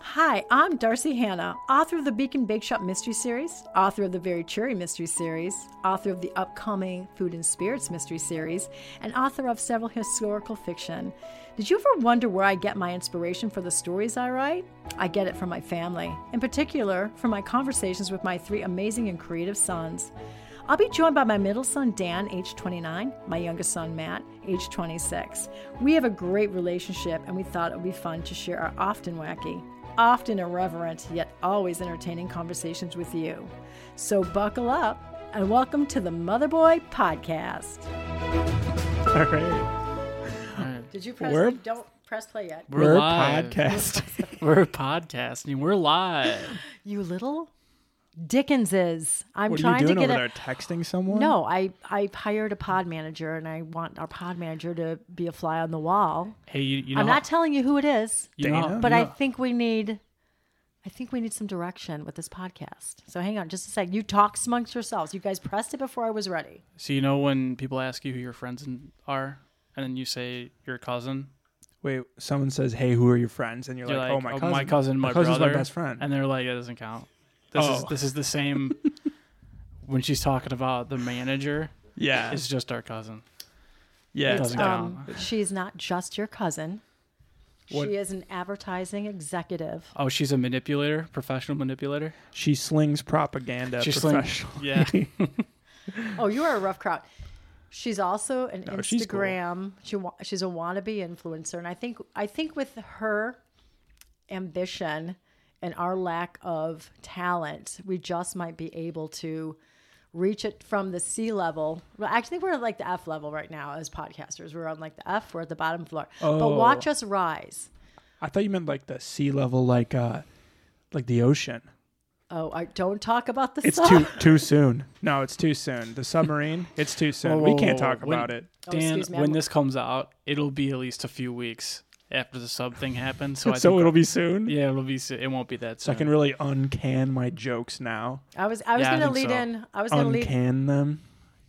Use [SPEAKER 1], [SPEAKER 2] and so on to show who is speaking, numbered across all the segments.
[SPEAKER 1] Hi, I'm Darcy Hanna, author of the Beacon Bake Shop Mystery Series, author of the Very Cheery Mystery Series, author of the upcoming Food and Spirits Mystery Series, and author of several historical fiction. Did you ever wonder where I get my inspiration for the stories I write? I get it from my family, in particular, from my conversations with my three amazing and creative sons. I'll be joined by my middle son, Dan, age 29, my youngest son, Matt, age 26. We have a great relationship, and we thought it would be fun to share our often wacky, often irreverent, yet always entertaining conversations with you. So buckle up and welcome to the Mother Boy Podcast.
[SPEAKER 2] All right.
[SPEAKER 1] Did you press
[SPEAKER 2] press We're-
[SPEAKER 1] play? Don't press play yet.
[SPEAKER 2] We're,
[SPEAKER 3] live.
[SPEAKER 2] podcasting.
[SPEAKER 3] We're podcasting. We're live.
[SPEAKER 1] You little Dickenses. I'm
[SPEAKER 2] what are
[SPEAKER 1] trying
[SPEAKER 2] you doing
[SPEAKER 1] to get
[SPEAKER 2] over
[SPEAKER 1] a
[SPEAKER 2] there? Texting someone?
[SPEAKER 1] No, I I hired a pod manager, and I want our pod manager to be a fly on the wall.
[SPEAKER 3] Hey, you, you know,
[SPEAKER 1] I'm not telling you who it is,
[SPEAKER 3] you know-
[SPEAKER 2] Dana?
[SPEAKER 1] but
[SPEAKER 3] you
[SPEAKER 1] I
[SPEAKER 3] know-
[SPEAKER 1] think we need. I think we need some direction with this podcast. So hang on just a sec. You talk amongst yourselves. You guys pressed it before I was ready.
[SPEAKER 3] so you know when people ask you who your friends and- are, and then you say your cousin.
[SPEAKER 2] Wait, someone says, "Hey, who are your friends?" And you're,
[SPEAKER 3] You're
[SPEAKER 2] like, "Oh, my cousin,
[SPEAKER 3] my cousin, my,
[SPEAKER 2] cousin's
[SPEAKER 3] brother,
[SPEAKER 2] my best friend."
[SPEAKER 3] and they're like, it doesn't count. This is
[SPEAKER 2] Oh.
[SPEAKER 3] this is the same. when she's talking about the manager,
[SPEAKER 2] yeah,
[SPEAKER 3] it's just our cousin.
[SPEAKER 2] yeah.
[SPEAKER 3] doesn't
[SPEAKER 2] Uh,
[SPEAKER 1] Um, she's not just your cousin.
[SPEAKER 2] What-
[SPEAKER 1] She is an advertising executive.
[SPEAKER 3] Oh, she's a manipulator, professional manipulator.
[SPEAKER 2] She slings propaganda.
[SPEAKER 3] She slings-
[SPEAKER 2] professional.
[SPEAKER 3] Yeah,
[SPEAKER 1] Oh, you are a rough crowd. She's also an
[SPEAKER 2] No, she's cool.
[SPEAKER 1] Instagram. She wa- she's a wannabe influencer, and I think I think with her ambition and our lack of talent, we just might be able to reach it from the sea level. Well, actually, we're at like the F level right now as podcasters. We're on like the F. We're at the bottom floor. But
[SPEAKER 2] Oh.
[SPEAKER 1] watch us rise.
[SPEAKER 2] I thought you meant like the sea level, like uh, like the ocean.
[SPEAKER 1] Oh, I don't talk about the.
[SPEAKER 2] It's
[SPEAKER 1] sub-
[SPEAKER 2] too too soon. No, it's too soon. The submarine. it's too soon.
[SPEAKER 3] Whoa,
[SPEAKER 2] we
[SPEAKER 3] whoa,
[SPEAKER 2] can't
[SPEAKER 3] whoa,
[SPEAKER 2] talk
[SPEAKER 3] whoa. When-
[SPEAKER 2] about it.
[SPEAKER 1] Oh,
[SPEAKER 3] Dan.
[SPEAKER 1] excuse me,
[SPEAKER 3] when
[SPEAKER 1] I'm-
[SPEAKER 3] this comes out, it'll be at least a few weeks after the sub thing happens. So I
[SPEAKER 2] so
[SPEAKER 3] think,
[SPEAKER 2] it'll be soon.
[SPEAKER 3] yeah, it'll be. so- It won't be that.
[SPEAKER 2] So I
[SPEAKER 3] soon.
[SPEAKER 2] can really uncan my jokes now.
[SPEAKER 1] I was I was
[SPEAKER 3] Yeah, I
[SPEAKER 1] gonna
[SPEAKER 3] think
[SPEAKER 1] lead
[SPEAKER 3] so.
[SPEAKER 1] in. I was
[SPEAKER 2] Um,
[SPEAKER 1] gonna lead.
[SPEAKER 2] Uncan them.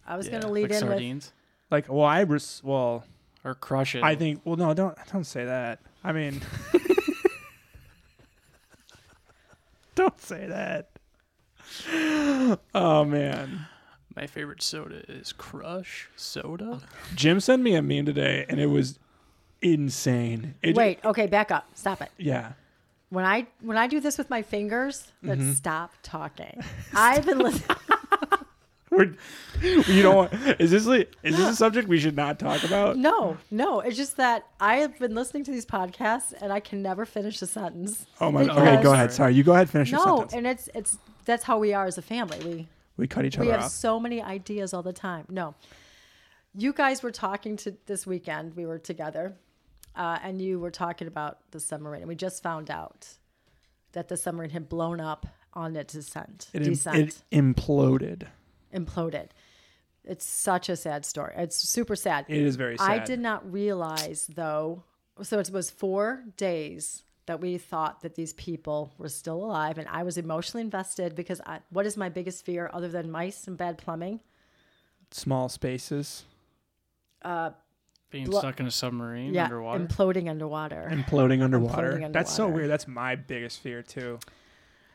[SPEAKER 1] I was
[SPEAKER 3] Yeah,
[SPEAKER 1] gonna lead
[SPEAKER 3] like
[SPEAKER 1] in with.
[SPEAKER 3] sardines
[SPEAKER 2] Like, well, I res- well,
[SPEAKER 3] or crush it.
[SPEAKER 2] I think. Well, no, don't don't say that. I mean, don't say that. Oh man,
[SPEAKER 3] my favorite soda is Crush soda.
[SPEAKER 1] Oh.
[SPEAKER 2] Jim sent me a meme today, and it was insane. It,
[SPEAKER 1] Wait. Okay. Back up. Stop it.
[SPEAKER 2] yeah,
[SPEAKER 1] when I when I do this with my fingers, then
[SPEAKER 2] Mm-hmm.
[SPEAKER 1] stop talking. I've been listening.
[SPEAKER 2] we're you don't. Want, is this like, is this a subject we should not talk about?
[SPEAKER 1] No, no. It's just that I have been listening to these podcasts and I can never finish a sentence.
[SPEAKER 2] Oh my. Okay,
[SPEAKER 1] Because-
[SPEAKER 2] go ahead. Sorry, you go ahead. Finish your
[SPEAKER 1] No,
[SPEAKER 2] sentence.
[SPEAKER 1] and it's it's that's how we are as a family. We
[SPEAKER 2] we cut each
[SPEAKER 1] we
[SPEAKER 2] other
[SPEAKER 1] have
[SPEAKER 2] off.
[SPEAKER 1] so many ideas all the time. No, you guys were talking to this weekend. We were together, uh, and you were talking about the submarine. And we just found out that the submarine had blown up on its descent.
[SPEAKER 2] it, im-
[SPEAKER 1] descent.
[SPEAKER 2] it imploded.
[SPEAKER 1] imploded. It's such a sad story. It's super sad.
[SPEAKER 2] It is very
[SPEAKER 1] I
[SPEAKER 2] sad.
[SPEAKER 1] did not realize though. So it was four days that we thought that these people were still alive, and I was emotionally invested because I, what is my biggest fear other than mice and bad plumbing?
[SPEAKER 2] Small spaces
[SPEAKER 3] Being
[SPEAKER 1] Blo-
[SPEAKER 3] stuck in a submarine
[SPEAKER 1] yeah,
[SPEAKER 3] underwater.
[SPEAKER 1] imploding underwater.
[SPEAKER 2] imploding underwater.
[SPEAKER 1] Imploding
[SPEAKER 2] That's so
[SPEAKER 1] underwater.
[SPEAKER 2] weird. That's my biggest fear too.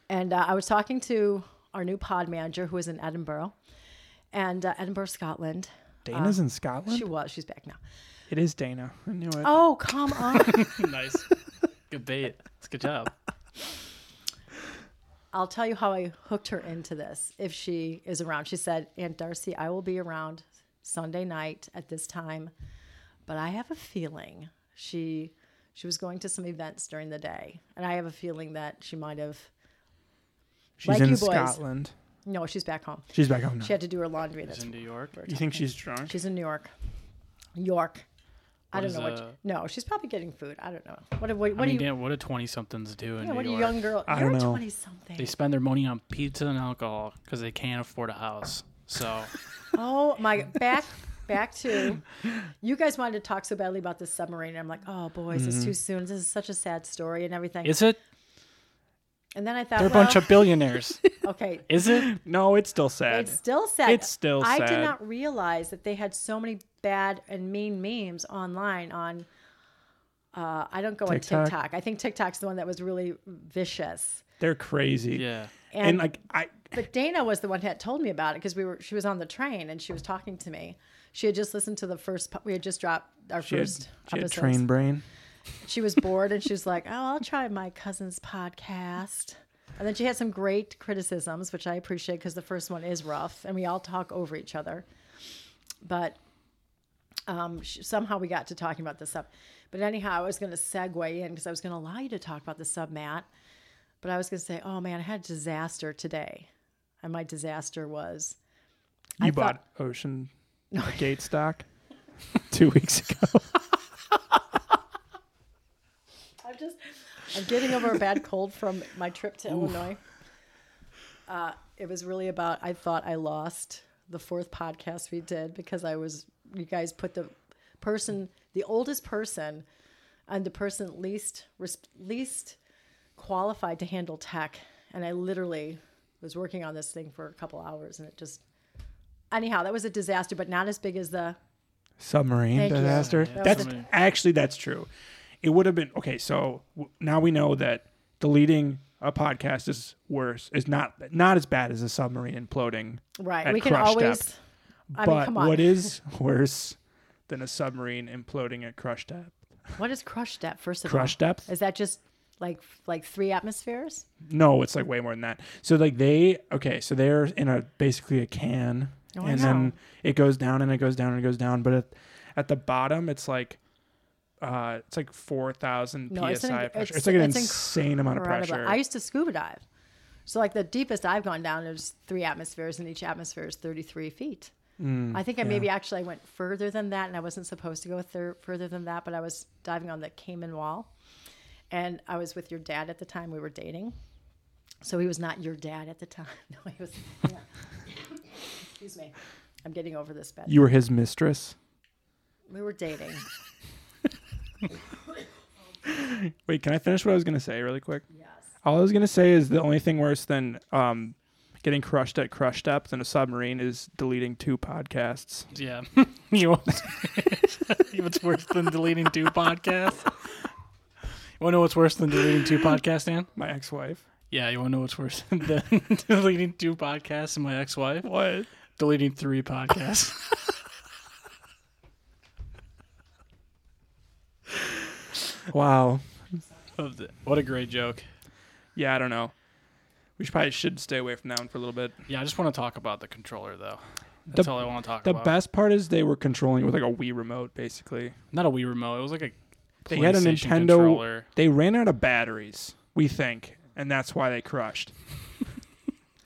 [SPEAKER 1] And uh, I was talking to our new pod manager who is in Edinburgh, and uh, Edinburgh, Scotland.
[SPEAKER 2] Dana's in Scotland.
[SPEAKER 1] She was. She's back now.
[SPEAKER 2] It is Dana. I knew it.
[SPEAKER 1] Oh come on!
[SPEAKER 3] nice. Good bait. That's good job.
[SPEAKER 1] I'll tell you how I hooked her into this if she is around. She said, Aunt Darcy, I will be around Sunday night at this time, but I have a feeling she she was going to some events during the day. And I have a feeling that she might have
[SPEAKER 2] She's
[SPEAKER 1] like
[SPEAKER 2] in
[SPEAKER 1] you boys.
[SPEAKER 2] Scotland.
[SPEAKER 1] no, she's back home.
[SPEAKER 2] She's back home now.
[SPEAKER 1] She had to do her laundry
[SPEAKER 3] It's
[SPEAKER 1] this
[SPEAKER 3] in New York.
[SPEAKER 2] you think she's drunk?
[SPEAKER 1] she's in New York. York. I
[SPEAKER 3] What
[SPEAKER 1] don't
[SPEAKER 3] is,
[SPEAKER 1] know what
[SPEAKER 3] uh,
[SPEAKER 1] no, she's probably getting food. I don't know. What what,
[SPEAKER 3] I
[SPEAKER 1] what
[SPEAKER 3] mean,
[SPEAKER 1] do you
[SPEAKER 3] damn, what do twenty somethings do in
[SPEAKER 1] yeah,
[SPEAKER 3] New
[SPEAKER 1] what do you
[SPEAKER 3] York?
[SPEAKER 1] young girl
[SPEAKER 2] I
[SPEAKER 1] you're
[SPEAKER 2] don't know.
[SPEAKER 1] twenty something.
[SPEAKER 3] They spend their money on pizza and alcohol because they can't afford a house. So
[SPEAKER 1] Oh my! Back, back to you guys wanted to talk so badly about this submarine. I'm like, oh boys, it's
[SPEAKER 2] Mm-hmm.
[SPEAKER 1] too soon. This is such a sad story and everything.
[SPEAKER 3] is it?
[SPEAKER 1] and then I thought,
[SPEAKER 3] They're a
[SPEAKER 1] well,
[SPEAKER 3] bunch of billionaires.
[SPEAKER 1] okay,
[SPEAKER 3] Is it?
[SPEAKER 2] No, it's still sad.
[SPEAKER 1] it's still sad.
[SPEAKER 2] It's still
[SPEAKER 1] I did
[SPEAKER 2] sad.
[SPEAKER 1] not realize that they had so many bad and mean memes online on Uh, I don't go on
[SPEAKER 2] TikTok.
[SPEAKER 1] TikTok. I think TikTok's the one that was really vicious.
[SPEAKER 2] They're crazy.
[SPEAKER 3] Yeah.
[SPEAKER 2] And,
[SPEAKER 1] And-
[SPEAKER 2] like I
[SPEAKER 1] But Dana was the one that told me about it because we were she was on the train and she was talking to me. She had just listened to the first. po- We had just dropped our
[SPEAKER 2] she had,
[SPEAKER 1] first
[SPEAKER 2] she had
[SPEAKER 1] episodes.
[SPEAKER 2] train brain.
[SPEAKER 1] She was bored and she was like, "Oh, I'll try my cousin's podcast." And then she had some great criticisms, which I appreciate because the first one is rough, and we all talk over each other. But um, sh- somehow we got to talking about this sub. But anyhow, I was going to segue in because I was going to allow you to talk about the sub, Matt. But I was going to say, "Oh man, I had a disaster today," and my disaster was
[SPEAKER 2] You
[SPEAKER 1] I
[SPEAKER 2] bought
[SPEAKER 1] thought-
[SPEAKER 2] Ocean Gate stock two weeks ago.
[SPEAKER 1] I'm just I'm getting over a bad cold from my trip to Illinois. Uh, it was really about I thought I lost the fourth podcast we did because I was you guys put the person the oldest person and the person least res- least qualified to handle tech and I literally was working on this thing for a couple hours and it just anyhow that was a disaster but not as big as the
[SPEAKER 2] submarine
[SPEAKER 1] Thank you.
[SPEAKER 2] disaster.
[SPEAKER 1] Yeah.
[SPEAKER 2] That's
[SPEAKER 3] Submarine.
[SPEAKER 2] actually that's true. It would have been okay. So w- now we know that deleting a podcast is worse. Is not not as bad as a submarine imploding.
[SPEAKER 1] right
[SPEAKER 2] At
[SPEAKER 1] we can
[SPEAKER 2] crush
[SPEAKER 1] always
[SPEAKER 2] depth.
[SPEAKER 1] I mean
[SPEAKER 2] but
[SPEAKER 1] come on
[SPEAKER 2] what is worse than a submarine imploding at crush depth?
[SPEAKER 1] what is crush depth first of all
[SPEAKER 2] Crush depth?
[SPEAKER 1] Is that just like like three atmospheres?
[SPEAKER 2] No, it's like way more than that. So like they okay, so they're in a basically a can,
[SPEAKER 1] Oh, I
[SPEAKER 2] and
[SPEAKER 1] know.
[SPEAKER 2] then it goes down and it goes down and it goes down. But at, at the bottom, it's like. Uh, it's like four thousand
[SPEAKER 1] No, it's an-
[SPEAKER 2] psi pressure.
[SPEAKER 1] it's-
[SPEAKER 2] It's, like an
[SPEAKER 1] it's
[SPEAKER 2] insane amount of
[SPEAKER 1] Right
[SPEAKER 2] pressure.
[SPEAKER 1] about- I used to scuba dive, so like the deepest I've gone down is three atmospheres, and each atmosphere is thirty three feet.
[SPEAKER 2] Mm,
[SPEAKER 1] I think I maybe actually I went further than that, and I wasn't supposed to go thir- further than that, but I was diving on the Cayman Wall, and I was with your dad at the time. We were dating, so he was not your dad at the time. No, he was. yeah. Excuse me, I'm getting over this bad.
[SPEAKER 2] You were his mistress.
[SPEAKER 1] We were dating.
[SPEAKER 2] Wait, can I finish what I was gonna say really quick?
[SPEAKER 1] Yes.
[SPEAKER 2] All I was gonna say is the only thing worse than um, getting crushed at crush depth in a submarine is deleting two podcasts.
[SPEAKER 3] Yeah. you know what's- you know what's worse than deleting two podcasts? You wanna know what's worse than deleting two podcasts, Dan?
[SPEAKER 2] My ex-wife.
[SPEAKER 3] Yeah, you wanna know what's worse than deleting two podcasts and my ex wife?
[SPEAKER 2] What?
[SPEAKER 3] Deleting three podcasts.
[SPEAKER 2] Wow.
[SPEAKER 3] Loved it. what a great joke.
[SPEAKER 2] Yeah, I don't know. We should probably should stay away from that one for a little bit.
[SPEAKER 3] Yeah, I just want to talk about the controller though. That's all I want to talk
[SPEAKER 2] The
[SPEAKER 3] about.
[SPEAKER 2] best part is they were controlling it with like a Wii remote, basically.
[SPEAKER 3] Not a Wii remote. It was like a
[SPEAKER 2] They had a
[SPEAKER 3] PlayStation
[SPEAKER 2] Nintendo-
[SPEAKER 3] controller.
[SPEAKER 2] They ran out of batteries, we think, and that's why they crushed.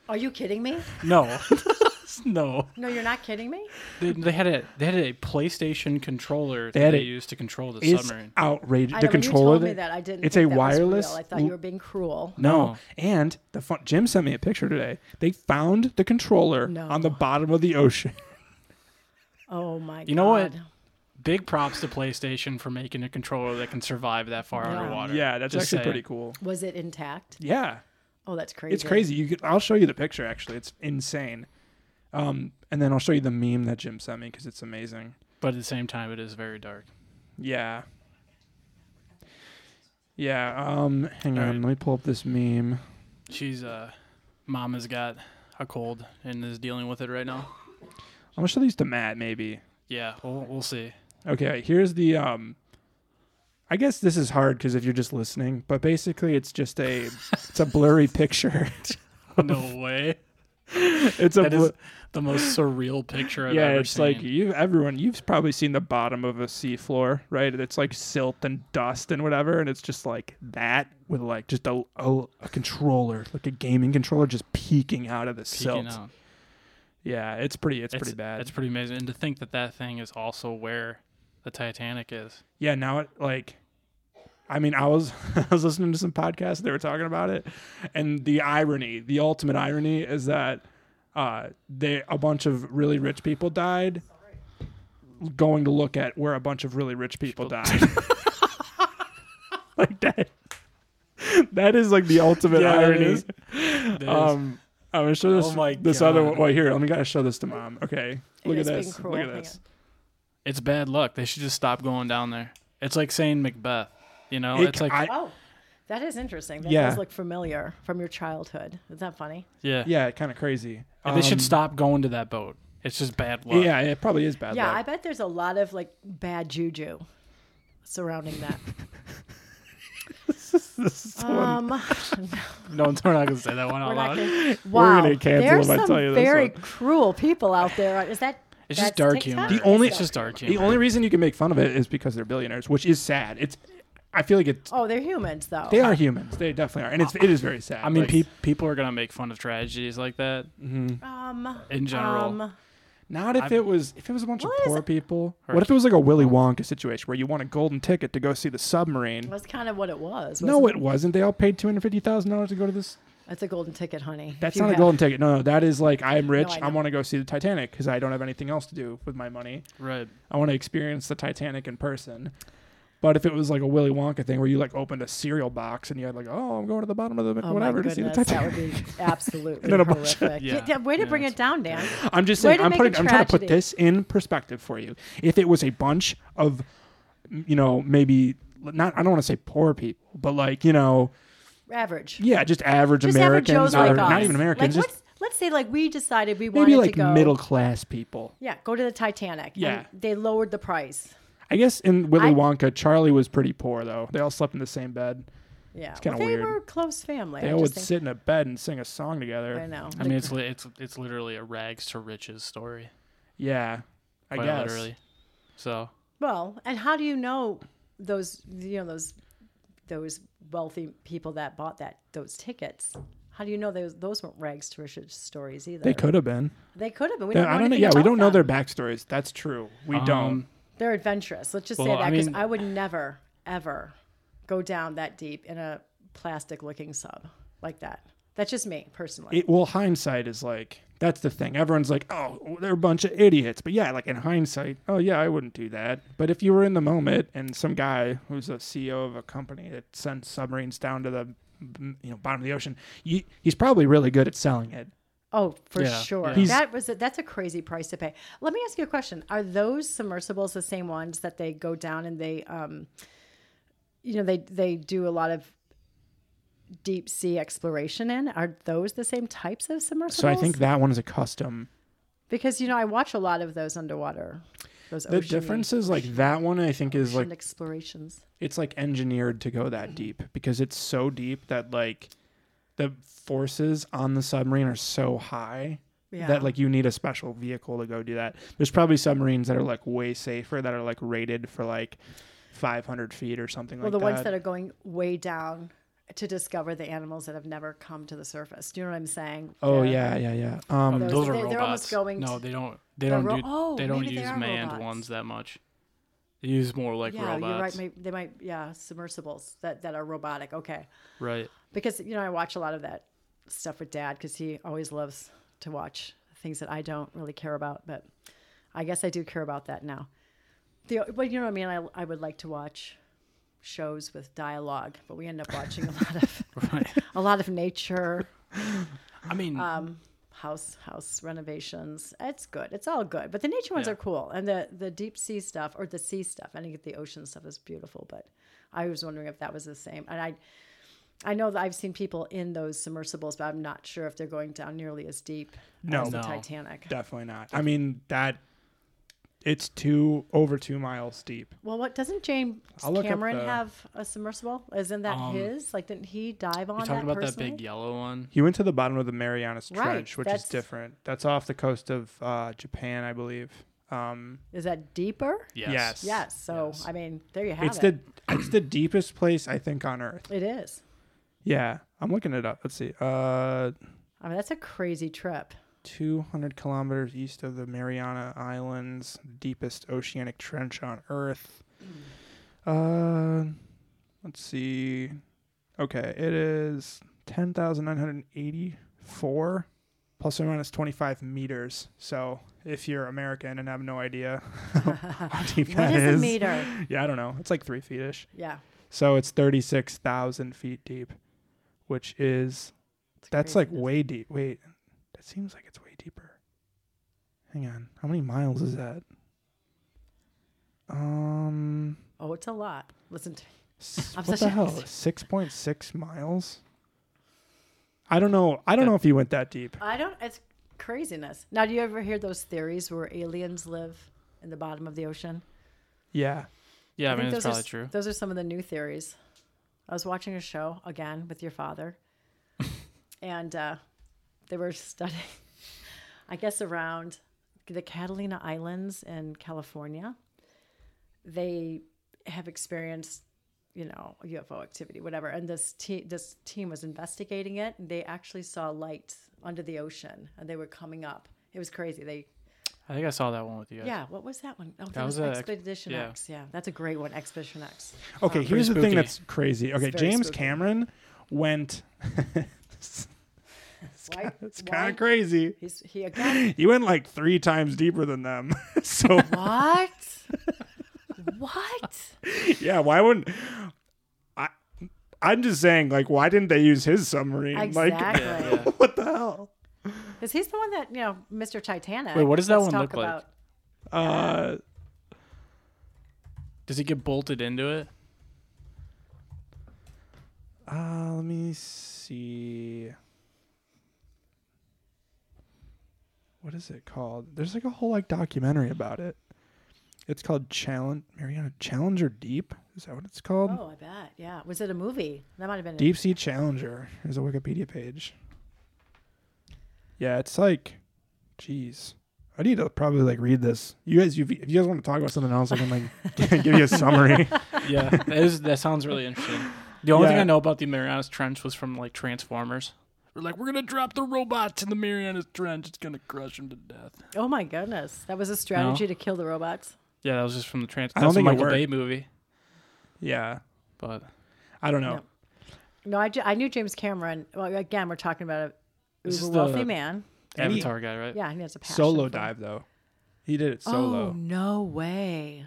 [SPEAKER 1] Are you kidding me?
[SPEAKER 3] No, no.
[SPEAKER 1] No, you're not kidding me.
[SPEAKER 3] They, they had a they had a PlayStation controller
[SPEAKER 2] They
[SPEAKER 3] that
[SPEAKER 2] had
[SPEAKER 3] they
[SPEAKER 2] a-
[SPEAKER 3] used to control the
[SPEAKER 2] It's
[SPEAKER 3] submarine.
[SPEAKER 2] outrageous.
[SPEAKER 1] I
[SPEAKER 2] The
[SPEAKER 1] know, when
[SPEAKER 2] controller.
[SPEAKER 1] You told me
[SPEAKER 2] that-
[SPEAKER 1] that I didn't.
[SPEAKER 2] it's
[SPEAKER 1] think
[SPEAKER 2] a
[SPEAKER 1] that was real.
[SPEAKER 2] wireless
[SPEAKER 1] I thought you were being cruel.
[SPEAKER 2] No.
[SPEAKER 3] No.
[SPEAKER 2] And the fun, Jim sent me a picture today. They found the controller
[SPEAKER 1] No.
[SPEAKER 2] on the bottom of the ocean.
[SPEAKER 1] Oh my god!
[SPEAKER 3] You know what? Big props to PlayStation for making a controller that can survive that far
[SPEAKER 1] Yeah.
[SPEAKER 3] underwater.
[SPEAKER 2] yeah, that's
[SPEAKER 3] Just
[SPEAKER 2] actually
[SPEAKER 3] saying.
[SPEAKER 2] pretty cool.
[SPEAKER 1] Was it intact?
[SPEAKER 2] Yeah,
[SPEAKER 1] Oh, that's crazy.
[SPEAKER 2] it's crazy. You could, I'll show you the picture. Actually, it's insane. Um, and then I'll show you the meme that Jim sent me because it's amazing.
[SPEAKER 3] But at the same time, it is very dark.
[SPEAKER 2] Yeah. Yeah. Um, hang
[SPEAKER 3] All
[SPEAKER 2] on.
[SPEAKER 3] right.
[SPEAKER 2] Let me pull up this meme.
[SPEAKER 3] She's uh, mom has got a cold and is dealing with it right now.
[SPEAKER 2] I'm gonna show these to Matt. Maybe.
[SPEAKER 3] Yeah, we'll we'll see.
[SPEAKER 2] Okay. Here's the. Um, I guess this is hard because if you're just listening, but basically it's just a it's a blurry picture.
[SPEAKER 3] No way.
[SPEAKER 2] it's a
[SPEAKER 3] That
[SPEAKER 2] blu-
[SPEAKER 3] is the most surreal picture I've
[SPEAKER 2] yeah,
[SPEAKER 3] ever
[SPEAKER 2] it's
[SPEAKER 3] seen.
[SPEAKER 2] like you everyone you've probably seen the bottom of a seafloor, right? It's like silt and dust and whatever, and it's just like that with like just a a, a controller, like a gaming controller, just peeking out of the
[SPEAKER 3] Peeking
[SPEAKER 2] silt.
[SPEAKER 3] out.
[SPEAKER 2] Yeah, it's pretty. It's, pretty bad.
[SPEAKER 3] It's pretty amazing. And to think that that thing is also where the Titanic is.
[SPEAKER 2] yeah, now it like. I mean, I was I was listening to some podcasts. They were talking about it, and the irony, the ultimate irony, is that uh, they a bunch of really rich people died, going to look at where a bunch of really rich people died. like that. That is like the ultimate
[SPEAKER 3] Yeah, that
[SPEAKER 2] irony.
[SPEAKER 3] is-
[SPEAKER 2] Um, I'm gonna show this.
[SPEAKER 3] Oh my
[SPEAKER 2] this other
[SPEAKER 3] God.
[SPEAKER 2] one. Wait, here. Let me gotta show this to mom. Okay.
[SPEAKER 1] It
[SPEAKER 2] Look at
[SPEAKER 1] is being
[SPEAKER 2] this.
[SPEAKER 1] cruel.
[SPEAKER 2] Look at
[SPEAKER 1] Hang
[SPEAKER 2] this.
[SPEAKER 3] it's bad luck. They should just stop going down there. It's like saying Macbeth. You know,
[SPEAKER 2] It
[SPEAKER 3] it's
[SPEAKER 2] ca-
[SPEAKER 3] like
[SPEAKER 2] I-
[SPEAKER 1] Oh, that is interesting. That
[SPEAKER 2] Yeah.
[SPEAKER 1] does look familiar from your childhood. Is that funny?
[SPEAKER 3] yeah,
[SPEAKER 2] yeah, kind of crazy.
[SPEAKER 3] They should
[SPEAKER 2] Um,
[SPEAKER 3] stop going to that boat. It's just bad luck.
[SPEAKER 2] Yeah, it probably is bad.
[SPEAKER 1] yeah, I
[SPEAKER 2] luck.
[SPEAKER 1] bet there's a lot of like bad juju surrounding that. um,
[SPEAKER 3] No, we're not gonna say that
[SPEAKER 1] we're
[SPEAKER 3] one out
[SPEAKER 1] not
[SPEAKER 3] loud.
[SPEAKER 1] gonna,
[SPEAKER 2] We're
[SPEAKER 1] wow,
[SPEAKER 2] gonna cancel
[SPEAKER 1] there's
[SPEAKER 2] if I
[SPEAKER 1] some
[SPEAKER 2] tell you this
[SPEAKER 1] very
[SPEAKER 2] one.
[SPEAKER 1] cruel people out there. Is that?
[SPEAKER 3] It's just
[SPEAKER 1] that's
[SPEAKER 3] dark
[SPEAKER 1] TikTok?
[SPEAKER 3] humor. The
[SPEAKER 2] only-
[SPEAKER 3] It's just dark humor.
[SPEAKER 2] The only reason you can make fun of it is because they're billionaires, which is sad. It's, I feel like it's
[SPEAKER 1] Oh, they're humans though.
[SPEAKER 2] they are humans. They definitely are, and it's it is very sad.
[SPEAKER 3] I mean,
[SPEAKER 2] Like,
[SPEAKER 3] pe- people are gonna make fun of tragedies like that
[SPEAKER 1] Um,
[SPEAKER 3] in general.
[SPEAKER 1] um,
[SPEAKER 2] not if it was if it was a bunch of
[SPEAKER 1] What is
[SPEAKER 2] poor
[SPEAKER 1] it?
[SPEAKER 2] people. What if it was like a Willy Wonka situation where you want a golden ticket to go see the submarine?
[SPEAKER 1] that's kind of what it was.
[SPEAKER 2] No,
[SPEAKER 1] wasn't
[SPEAKER 2] it wasn't. They all paid two hundred fifty thousand dollars to go to this.
[SPEAKER 1] That's a golden ticket, honey. If
[SPEAKER 2] That's
[SPEAKER 1] you
[SPEAKER 2] not a
[SPEAKER 1] have-
[SPEAKER 2] golden ticket. No, no, that is like I'm rich.
[SPEAKER 1] I
[SPEAKER 2] I,
[SPEAKER 1] know.
[SPEAKER 2] want to go see the Titanic because I don't have anything else to do with my money.
[SPEAKER 3] Right.
[SPEAKER 2] I want to experience the Titanic in person. But if it was like a Willy Wonka thing where you like opened a cereal box and you had like, oh, I'm going to the bottom of the
[SPEAKER 1] Oh
[SPEAKER 2] whatever
[SPEAKER 1] my
[SPEAKER 2] to see the
[SPEAKER 1] goodness,
[SPEAKER 2] Titanic.
[SPEAKER 1] that would be absolutely
[SPEAKER 2] then a bunch of-
[SPEAKER 1] horrific. yeah.
[SPEAKER 3] Yeah.
[SPEAKER 1] yeah, way to
[SPEAKER 3] Yeah,
[SPEAKER 1] bring it down, Dan.
[SPEAKER 2] I'm just
[SPEAKER 1] Way
[SPEAKER 2] saying.
[SPEAKER 1] to
[SPEAKER 2] I'm
[SPEAKER 1] make
[SPEAKER 2] putting.
[SPEAKER 1] a
[SPEAKER 2] I'm trying to put
[SPEAKER 1] tragedy.
[SPEAKER 2] this in perspective for you. If it was a bunch of, m- you know, maybe not. I don't want to say poor people, but like you know,
[SPEAKER 1] Average.
[SPEAKER 2] yeah, just average
[SPEAKER 1] Just average
[SPEAKER 2] Americans,
[SPEAKER 1] Joe's
[SPEAKER 2] or
[SPEAKER 1] like
[SPEAKER 2] not
[SPEAKER 1] us.
[SPEAKER 2] even
[SPEAKER 1] Like,
[SPEAKER 2] Americans, just
[SPEAKER 1] let's, let's say like we decided we wanted
[SPEAKER 2] maybe like
[SPEAKER 1] to go
[SPEAKER 2] middle class people.
[SPEAKER 1] Yeah, go to the Titanic. and
[SPEAKER 2] Yeah.
[SPEAKER 1] they lowered the price.
[SPEAKER 2] I guess in Willy
[SPEAKER 1] I-
[SPEAKER 2] Wonka, Charlie was pretty poor though. They all slept in the same bed.
[SPEAKER 1] Yeah, it's
[SPEAKER 2] kinda
[SPEAKER 1] well, they
[SPEAKER 2] weird.
[SPEAKER 1] were a close family.
[SPEAKER 2] They
[SPEAKER 1] I
[SPEAKER 2] all would
[SPEAKER 1] just think,
[SPEAKER 2] sit in a bed and sing a song together.
[SPEAKER 1] I know.
[SPEAKER 3] I mean, it's li- it's it's literally a rags to riches story.
[SPEAKER 2] Yeah, I
[SPEAKER 3] quite
[SPEAKER 2] guess.
[SPEAKER 3] literally. So
[SPEAKER 1] Well, and how do you know those? You know those those wealthy people that bought that those tickets. How do you know those those weren't rags to riches stories either?
[SPEAKER 2] They could have been.
[SPEAKER 1] They could have been. We
[SPEAKER 2] Yeah,
[SPEAKER 1] don't know
[SPEAKER 2] I don't know.
[SPEAKER 1] anything
[SPEAKER 2] Yeah, we
[SPEAKER 1] about
[SPEAKER 2] don't know
[SPEAKER 1] them.
[SPEAKER 2] their backstories. That's true. We
[SPEAKER 3] Um,
[SPEAKER 2] don't.
[SPEAKER 1] They're adventurous. Let's just say
[SPEAKER 3] Well, I
[SPEAKER 1] that because
[SPEAKER 3] mean-
[SPEAKER 1] I would never ever go down that deep in a plastic looking sub like that. That's just me personally.
[SPEAKER 2] it well hindsight is like that's the thing everyone's like oh they're a bunch of idiots but yeah like in hindsight oh yeah i wouldn't do that but if you were in the moment and some guy who's a ceo of a company that sends submarines down to the mm, you know bottom of the ocean you, he's probably really good at selling it
[SPEAKER 1] oh, for
[SPEAKER 3] Yeah,
[SPEAKER 1] sure.
[SPEAKER 3] yeah.
[SPEAKER 2] He's-
[SPEAKER 1] That was a, that's a crazy price to pay. Let me ask you a question: Are those submersibles the same ones that they go down and they, um, you know, they they do a lot of deep sea exploration in? Are those the same types of submersibles?
[SPEAKER 2] so i think that one is a custom
[SPEAKER 1] because you know I watch a lot of those underwater. Those
[SPEAKER 2] the
[SPEAKER 1] ocean
[SPEAKER 2] difference is like that one i think is like
[SPEAKER 1] explorations.
[SPEAKER 2] it's like engineered to go
[SPEAKER 1] Mm-hmm.
[SPEAKER 2] that deep because it's so deep that like the forces on the submarine are so high
[SPEAKER 1] Yeah.
[SPEAKER 2] that like you need a special vehicle to go do that. There's probably submarines that are like way safer that are like rated for like 500 feet or something
[SPEAKER 1] Well,
[SPEAKER 2] like
[SPEAKER 1] the
[SPEAKER 2] that.
[SPEAKER 1] ones that are going way down to discover the animals that have never come to the surface. Do you know what I'm saying?
[SPEAKER 2] oh
[SPEAKER 1] They're-
[SPEAKER 2] yeah, yeah, yeah. Um,
[SPEAKER 1] Those-
[SPEAKER 3] those are
[SPEAKER 1] they're-
[SPEAKER 3] robots.
[SPEAKER 1] they're almost going
[SPEAKER 3] no,
[SPEAKER 1] to-
[SPEAKER 3] they don't. They
[SPEAKER 1] They're
[SPEAKER 3] don't
[SPEAKER 1] ro-
[SPEAKER 3] do.
[SPEAKER 1] Oh,
[SPEAKER 3] they don't
[SPEAKER 1] maybe they
[SPEAKER 3] use
[SPEAKER 1] are
[SPEAKER 3] manned
[SPEAKER 1] robots.
[SPEAKER 3] ones that much. They use more like
[SPEAKER 1] Yeah,
[SPEAKER 3] robots.
[SPEAKER 1] you're right. Maybe they might, yeah, submersibles that, that are robotic. Okay.
[SPEAKER 3] Right.
[SPEAKER 1] Because, you know, I watch a lot of that stuff with dad because he always loves to watch things that I don't really care about. But I guess I do care about that now. The, but you know what I mean? I, I would like to watch shows with dialogue, but we end up watching a lot of,
[SPEAKER 3] Right.
[SPEAKER 1] a lot of nature.
[SPEAKER 3] I mean,
[SPEAKER 1] um, house house renovations. It's good. It's all good. But the nature ones
[SPEAKER 3] Yeah.
[SPEAKER 1] are cool, and the the deep sea stuff or the sea stuff. I think the ocean stuff is beautiful. But I was wondering if that was the same. And I I know that I've seen people in those submersibles, but I'm not sure if they're going down nearly as deep
[SPEAKER 2] No.
[SPEAKER 1] as the
[SPEAKER 3] No.
[SPEAKER 1] Titanic.
[SPEAKER 2] definitely not. I mean that it's two over 2 miles deep.
[SPEAKER 1] Well, what doesn't James
[SPEAKER 2] I'll look up
[SPEAKER 1] Cameron
[SPEAKER 2] the-
[SPEAKER 1] have a submersible? Isn't that
[SPEAKER 3] Um,
[SPEAKER 1] his? Like, didn't he dive on
[SPEAKER 3] you're talking
[SPEAKER 1] that
[SPEAKER 3] about that
[SPEAKER 1] personally?
[SPEAKER 3] big yellow one.
[SPEAKER 2] He went to the bottom of the Marianas
[SPEAKER 1] Right,
[SPEAKER 2] Trench, which is
[SPEAKER 1] that's-
[SPEAKER 2] different. That's off the coast of uh, Japan, I believe. Um,
[SPEAKER 1] Is that deeper?
[SPEAKER 3] Yes.
[SPEAKER 2] Yes.
[SPEAKER 1] Yes. So
[SPEAKER 3] Yes.
[SPEAKER 1] I mean, there you have
[SPEAKER 2] it's
[SPEAKER 1] it.
[SPEAKER 2] the it's the deepest place I think on Earth.
[SPEAKER 1] it is.
[SPEAKER 2] Yeah, I'm looking it up. Let's see. Uh,
[SPEAKER 1] I mean, that's a crazy trip.
[SPEAKER 2] 200 kilometers east of the Mariana Islands, deepest oceanic trench on Earth.
[SPEAKER 1] Mm.
[SPEAKER 2] Uh, let's see. Okay, it is 10,984 plus or minus 25 meters. So if you're American and have no idea how deep
[SPEAKER 1] What
[SPEAKER 2] that
[SPEAKER 1] is
[SPEAKER 2] is,
[SPEAKER 1] a meter?
[SPEAKER 2] yeah, I don't know. It's like three feet ish.
[SPEAKER 1] Yeah.
[SPEAKER 2] So it's 36,000 feet deep, which is
[SPEAKER 1] it's
[SPEAKER 2] that's like
[SPEAKER 1] crazy.
[SPEAKER 2] way deep. Wait, that seems like it's way deeper. Hang on, how many miles is that? Um,
[SPEAKER 1] Oh, it's a lot. Listen to
[SPEAKER 2] S-
[SPEAKER 1] I'm
[SPEAKER 2] what
[SPEAKER 1] such
[SPEAKER 2] the
[SPEAKER 1] a-
[SPEAKER 2] hell? Six point six miles. I don't know. I don't know if he went that deep.
[SPEAKER 1] I don't. It's craziness. Now, do you ever hear those theories where aliens live in the bottom of the ocean? Um,
[SPEAKER 2] Yeah.
[SPEAKER 3] Yeah, I, mean,
[SPEAKER 1] think
[SPEAKER 3] it's
[SPEAKER 1] those
[SPEAKER 3] probably
[SPEAKER 1] are, s-
[SPEAKER 3] true.
[SPEAKER 1] Those are some of the new theories. I was watching a show again with your father, and uh, they were studying, I guess, around the Catalina Islands in California. They have experienced, you know, UFO activity, whatever. And this team, this team was investigating it. And they actually saw lights under the ocean, and they were coming up. It was crazy. They
[SPEAKER 3] I think I saw that one with you guys.
[SPEAKER 1] yeah, what was that one? Oh, that,
[SPEAKER 3] was
[SPEAKER 1] was,
[SPEAKER 3] a-
[SPEAKER 1] Expedition
[SPEAKER 3] yeah.
[SPEAKER 1] X. Yeah, that's a great one, Expedition X.
[SPEAKER 2] Okay, here's the
[SPEAKER 3] spooky.
[SPEAKER 2] thing that's crazy. Okay,
[SPEAKER 1] very
[SPEAKER 2] James
[SPEAKER 1] spooky.
[SPEAKER 2] Cameron went.
[SPEAKER 1] Why?
[SPEAKER 2] It's
[SPEAKER 1] why-
[SPEAKER 2] kind of crazy.
[SPEAKER 1] He's he again.
[SPEAKER 2] He went like three times deeper than them. so
[SPEAKER 1] What? what?
[SPEAKER 2] yeah, why wouldn't? I I'm just saying, like, why didn't they use his submarine? Like,
[SPEAKER 1] Exactly.
[SPEAKER 3] Yeah,
[SPEAKER 2] what the hell?
[SPEAKER 1] Because he's the one that you know, Mr. Titanic.
[SPEAKER 3] Wait, what does that
[SPEAKER 1] let's
[SPEAKER 3] one
[SPEAKER 1] talk
[SPEAKER 3] look like?
[SPEAKER 2] Uh,
[SPEAKER 3] Does he get bolted into it?
[SPEAKER 2] uh, let me see. What is it called? There's like a whole like documentary about it. It's called Challenge Mariana Challenger Deep. Is that what it's called?
[SPEAKER 1] Oh, I bet. Yeah. Was it a movie? That might have been. a-
[SPEAKER 2] Deep Sea Challenger. There's a Wikipedia page. Yeah, it's like, jeez. I need to probably like read this. You guys, you if you guys want to talk about something else, I can like give you a summary.
[SPEAKER 3] Yeah, that, is, that sounds really interesting. The only thing
[SPEAKER 2] Yeah.
[SPEAKER 3] I know about the Marianas Trench was from like Transformers. We're like, we're gonna drop the robots in the Marianas Trench. It's gonna crush them to death.
[SPEAKER 1] Oh my goodness, that was a strategy to kill the robots.
[SPEAKER 3] Yeah, that was just from the Trans.
[SPEAKER 2] I
[SPEAKER 3] I
[SPEAKER 2] don't
[SPEAKER 3] don't
[SPEAKER 2] think it
[SPEAKER 3] Michael Bay
[SPEAKER 2] worked.
[SPEAKER 3] movie,
[SPEAKER 2] yeah,
[SPEAKER 3] but
[SPEAKER 2] I don't know.
[SPEAKER 1] No. No, I, ju- I knew James Cameron. Well, again, we're talking about a
[SPEAKER 3] This
[SPEAKER 1] uber
[SPEAKER 3] is
[SPEAKER 1] wealthy
[SPEAKER 3] the-
[SPEAKER 1] man.
[SPEAKER 2] Any-
[SPEAKER 3] Avatar guy, right?
[SPEAKER 1] Yeah, he has a passion
[SPEAKER 2] Solo
[SPEAKER 1] for-
[SPEAKER 2] dive though, he did it
[SPEAKER 1] Oh
[SPEAKER 2] solo.
[SPEAKER 1] no way.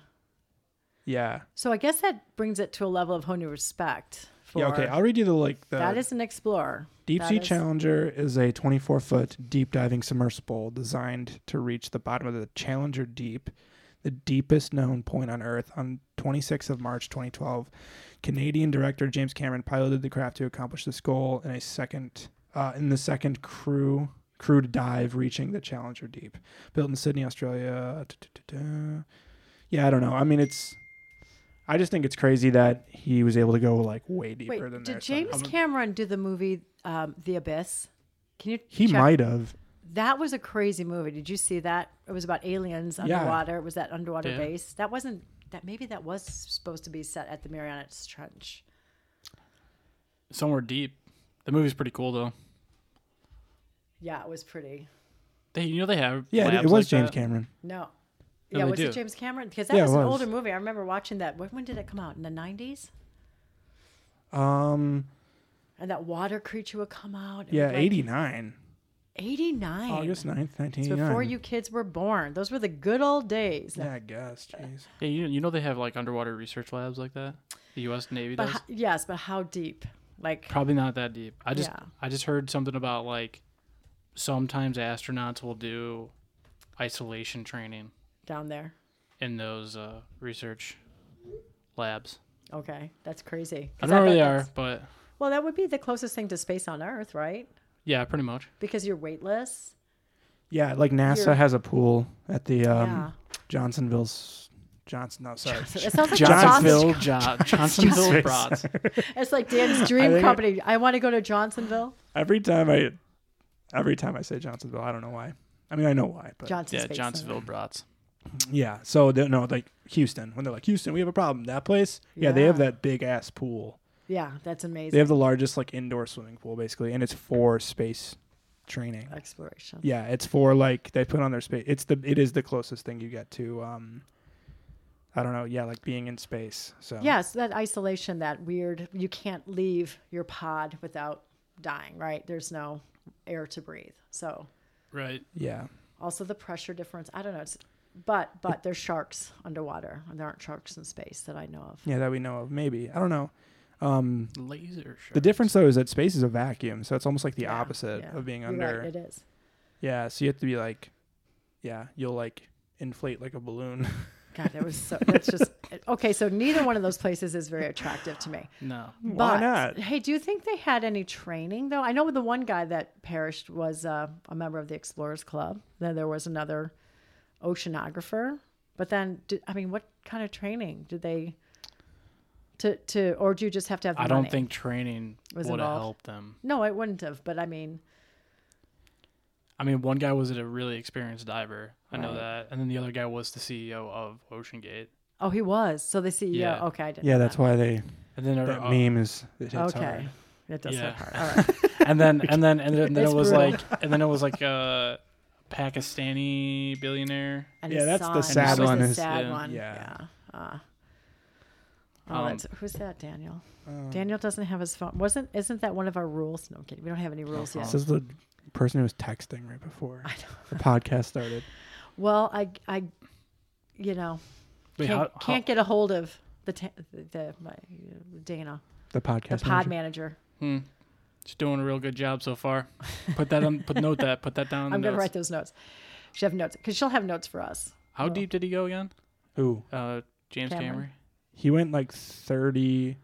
[SPEAKER 2] Yeah.
[SPEAKER 1] So I guess that brings it to a level of whole new respect. For
[SPEAKER 2] Yeah. Okay, I'll uh, read you the like the
[SPEAKER 1] that is an explorer.
[SPEAKER 2] Deep
[SPEAKER 1] that
[SPEAKER 2] Sea
[SPEAKER 1] is-
[SPEAKER 2] Challenger is a 24 foot deep diving submersible designed to reach the bottom of the Challenger Deep, the deepest known point on Earth, on 26th of March 2012. Canadian director James Cameron piloted the craft to accomplish this goal in a second uh, in the second crew crew dive reaching the Challenger Deep, built in Sydney, Australia. Da-da-da-da. Yeah, I don't know. I mean, it's. I just think it's crazy that he was able to go like way deeper
[SPEAKER 1] Wait,
[SPEAKER 2] than
[SPEAKER 1] did
[SPEAKER 2] their
[SPEAKER 1] James
[SPEAKER 2] sub-
[SPEAKER 1] Cameron do the movie um, The Abyss? Can you?
[SPEAKER 2] He
[SPEAKER 1] check-
[SPEAKER 2] might have.
[SPEAKER 1] That was a crazy movie. Did you see that? It was about aliens
[SPEAKER 2] Yeah.
[SPEAKER 1] underwater. Was that underwater
[SPEAKER 3] Yeah.
[SPEAKER 1] base? That wasn't. That maybe that was supposed to be set at the Marianas Trench.
[SPEAKER 3] Somewhere deep. The movie's pretty cool though.
[SPEAKER 1] Yeah, it was pretty.
[SPEAKER 3] They, you know they have.
[SPEAKER 2] Yeah, it-
[SPEAKER 3] labs
[SPEAKER 2] it was
[SPEAKER 3] like
[SPEAKER 2] James
[SPEAKER 3] that?
[SPEAKER 2] Cameron.
[SPEAKER 1] No.
[SPEAKER 3] No,
[SPEAKER 1] yeah,
[SPEAKER 3] Oh, they
[SPEAKER 1] was
[SPEAKER 3] do.
[SPEAKER 1] it James Cameron? Because that
[SPEAKER 2] Yeah, it
[SPEAKER 1] was an
[SPEAKER 2] was.
[SPEAKER 1] older movie. I remember watching that. When, when did it come out? In the nineties?
[SPEAKER 2] Um,
[SPEAKER 1] And that water creature would come out.
[SPEAKER 2] yeah, eighty nine,
[SPEAKER 1] Eighty nine.
[SPEAKER 2] August 9th, nineteen eighty nine.
[SPEAKER 1] Before you kids were born. Those were the good old days.
[SPEAKER 2] yeah, I guess. Jeez.
[SPEAKER 3] Yeah, you, you know they have like underwater research labs like that. The U.S. Navy
[SPEAKER 1] But
[SPEAKER 3] does.
[SPEAKER 1] ho- yes, but how deep? Like
[SPEAKER 3] Probably not that deep. I just
[SPEAKER 1] Yeah.
[SPEAKER 3] I just heard something about like sometimes astronauts will do isolation training
[SPEAKER 1] down there.
[SPEAKER 3] in those uh, research labs.
[SPEAKER 1] Okay, that's crazy.
[SPEAKER 3] I
[SPEAKER 1] 'Cause
[SPEAKER 3] don't know where
[SPEAKER 1] bet
[SPEAKER 3] they
[SPEAKER 1] that's-
[SPEAKER 3] are, but
[SPEAKER 1] Well, that would be the closest thing to space on Earth, right?
[SPEAKER 3] yeah, pretty much.
[SPEAKER 1] Because you're weightless.
[SPEAKER 2] Yeah, like NASA
[SPEAKER 1] You're-
[SPEAKER 2] has a pool at the um,
[SPEAKER 1] Yeah.
[SPEAKER 2] Johnsonville's Johnson. No, sorry.
[SPEAKER 1] So it sounds like
[SPEAKER 3] Johnsonville, jo- Johnsonville
[SPEAKER 2] Sorry,
[SPEAKER 3] brats.
[SPEAKER 1] Johnson- It's like Dan's
[SPEAKER 2] I
[SPEAKER 1] dream
[SPEAKER 2] think it-
[SPEAKER 1] company. I want to go to Johnsonville.
[SPEAKER 2] every time I, every time I say Johnsonville, I don't know why. I mean, I know why, but
[SPEAKER 1] Johnson
[SPEAKER 3] Yeah,
[SPEAKER 1] Space
[SPEAKER 3] Johnsonville brats.
[SPEAKER 2] yeah. So they, no, like Houston. When they're like Houston, we have a problem. That place, yeah, they have
[SPEAKER 1] Yeah.
[SPEAKER 2] that big ass pool.
[SPEAKER 1] Center. Yeah, that's
[SPEAKER 2] They
[SPEAKER 1] amazing.
[SPEAKER 2] have the largest like indoor swimming pool basically, and it's for space training.
[SPEAKER 1] Exploration.
[SPEAKER 2] Yeah, it's for like they put on their space. It's the it is the closest thing you get to um I don't know, yeah, like being in space. So
[SPEAKER 1] Yes, that isolation, that weird, you can't leave your pod without dying, right? There's no air to breathe. So
[SPEAKER 3] Right.
[SPEAKER 2] yeah.
[SPEAKER 1] also the pressure difference. I don't know. It's, but but there's sharks underwater, and there aren't sharks in space that I know of.
[SPEAKER 2] Yeah, that we know of maybe. I don't know. Um
[SPEAKER 3] Laser show.
[SPEAKER 2] the difference though is that space is a vacuum, so it's almost like the
[SPEAKER 1] Yeah,
[SPEAKER 2] opposite
[SPEAKER 1] yeah.
[SPEAKER 2] of being
[SPEAKER 1] You're
[SPEAKER 2] under.
[SPEAKER 1] right, it is.
[SPEAKER 2] yeah, so you have to be like yeah, you'll like inflate like a balloon.
[SPEAKER 1] God, that was so. That's just okay. So neither one of those places is very attractive to me.
[SPEAKER 3] No.
[SPEAKER 2] Why not?
[SPEAKER 1] Hey, do you think they had any training though? I know the one guy that perished was uh, a member of the Explorers Club. Then there was another oceanographer. But then, did, I mean, what kind of training did they? To to or do you just have to have? The
[SPEAKER 3] I don't
[SPEAKER 1] money?
[SPEAKER 3] think training would
[SPEAKER 1] Was
[SPEAKER 3] have
[SPEAKER 1] involved.
[SPEAKER 3] helped them.
[SPEAKER 1] No, I wouldn't have. But I mean,
[SPEAKER 3] I mean, one guy was a really experienced diver. I know
[SPEAKER 1] Right.
[SPEAKER 3] that. And then the other guy was the CEO of Ocean Gate.
[SPEAKER 1] oh, he was. So they see. Yeah.
[SPEAKER 3] Yeah.
[SPEAKER 1] Okay, I didn't.
[SPEAKER 2] Yeah,
[SPEAKER 1] know
[SPEAKER 2] that's
[SPEAKER 1] that.
[SPEAKER 2] why they
[SPEAKER 3] And then
[SPEAKER 2] that
[SPEAKER 3] uh,
[SPEAKER 2] meme is it hits
[SPEAKER 1] okay,
[SPEAKER 2] hard.
[SPEAKER 1] it does
[SPEAKER 3] Yeah.
[SPEAKER 1] hit hard. All right.
[SPEAKER 3] and then and then and then, and then
[SPEAKER 1] It's
[SPEAKER 3] it was
[SPEAKER 1] brutal.
[SPEAKER 3] like and then it was like a Pakistani billionaire.
[SPEAKER 1] And
[SPEAKER 2] Yeah,
[SPEAKER 1] his
[SPEAKER 2] that's the
[SPEAKER 1] son,
[SPEAKER 2] sad
[SPEAKER 1] which was
[SPEAKER 2] one
[SPEAKER 1] The
[SPEAKER 2] is-
[SPEAKER 1] sad
[SPEAKER 3] yeah.
[SPEAKER 1] one.
[SPEAKER 2] Yeah.
[SPEAKER 1] Yeah. Uh, oh,
[SPEAKER 3] Um,
[SPEAKER 1] that's, who's that, Daniel?
[SPEAKER 2] Um,
[SPEAKER 1] Daniel doesn't have his phone. Wasn't isn't that one of our rules? No, I'm kidding. We don't have any rules yet.
[SPEAKER 2] This is the person who was texting right before
[SPEAKER 1] I know.
[SPEAKER 2] the podcast started.
[SPEAKER 1] Well, I, I, you know,
[SPEAKER 3] Wait,
[SPEAKER 1] can't,
[SPEAKER 3] how,
[SPEAKER 1] can't get a hold of the ta- the, the my, Dana,
[SPEAKER 2] The
[SPEAKER 1] the
[SPEAKER 2] podcast.
[SPEAKER 1] pod
[SPEAKER 2] manager.
[SPEAKER 1] manager.
[SPEAKER 3] how- hmm, she's doing a real good job so far. Put that on. Put note that. Put that down. in
[SPEAKER 1] I'm going to
[SPEAKER 3] notes.
[SPEAKER 1] write those notes. She'll have notes because she'll have notes for us.
[SPEAKER 3] How deep did he go again?
[SPEAKER 2] Who?
[SPEAKER 3] Uh, James
[SPEAKER 1] Cameron.
[SPEAKER 3] Cameron.
[SPEAKER 2] He went like thirty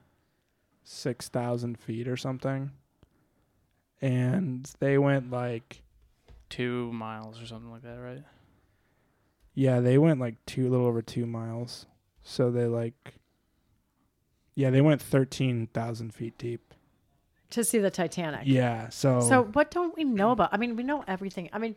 [SPEAKER 2] six thousand feet or something. And they went like
[SPEAKER 3] two miles or something like that, right?
[SPEAKER 2] Yeah, they went like two, a little over two miles. So they like, yeah, they went thirteen thousand feet deep.
[SPEAKER 1] to see the Titanic.
[SPEAKER 2] Yeah, so
[SPEAKER 1] So what don't we know about? I mean, we know everything. I mean,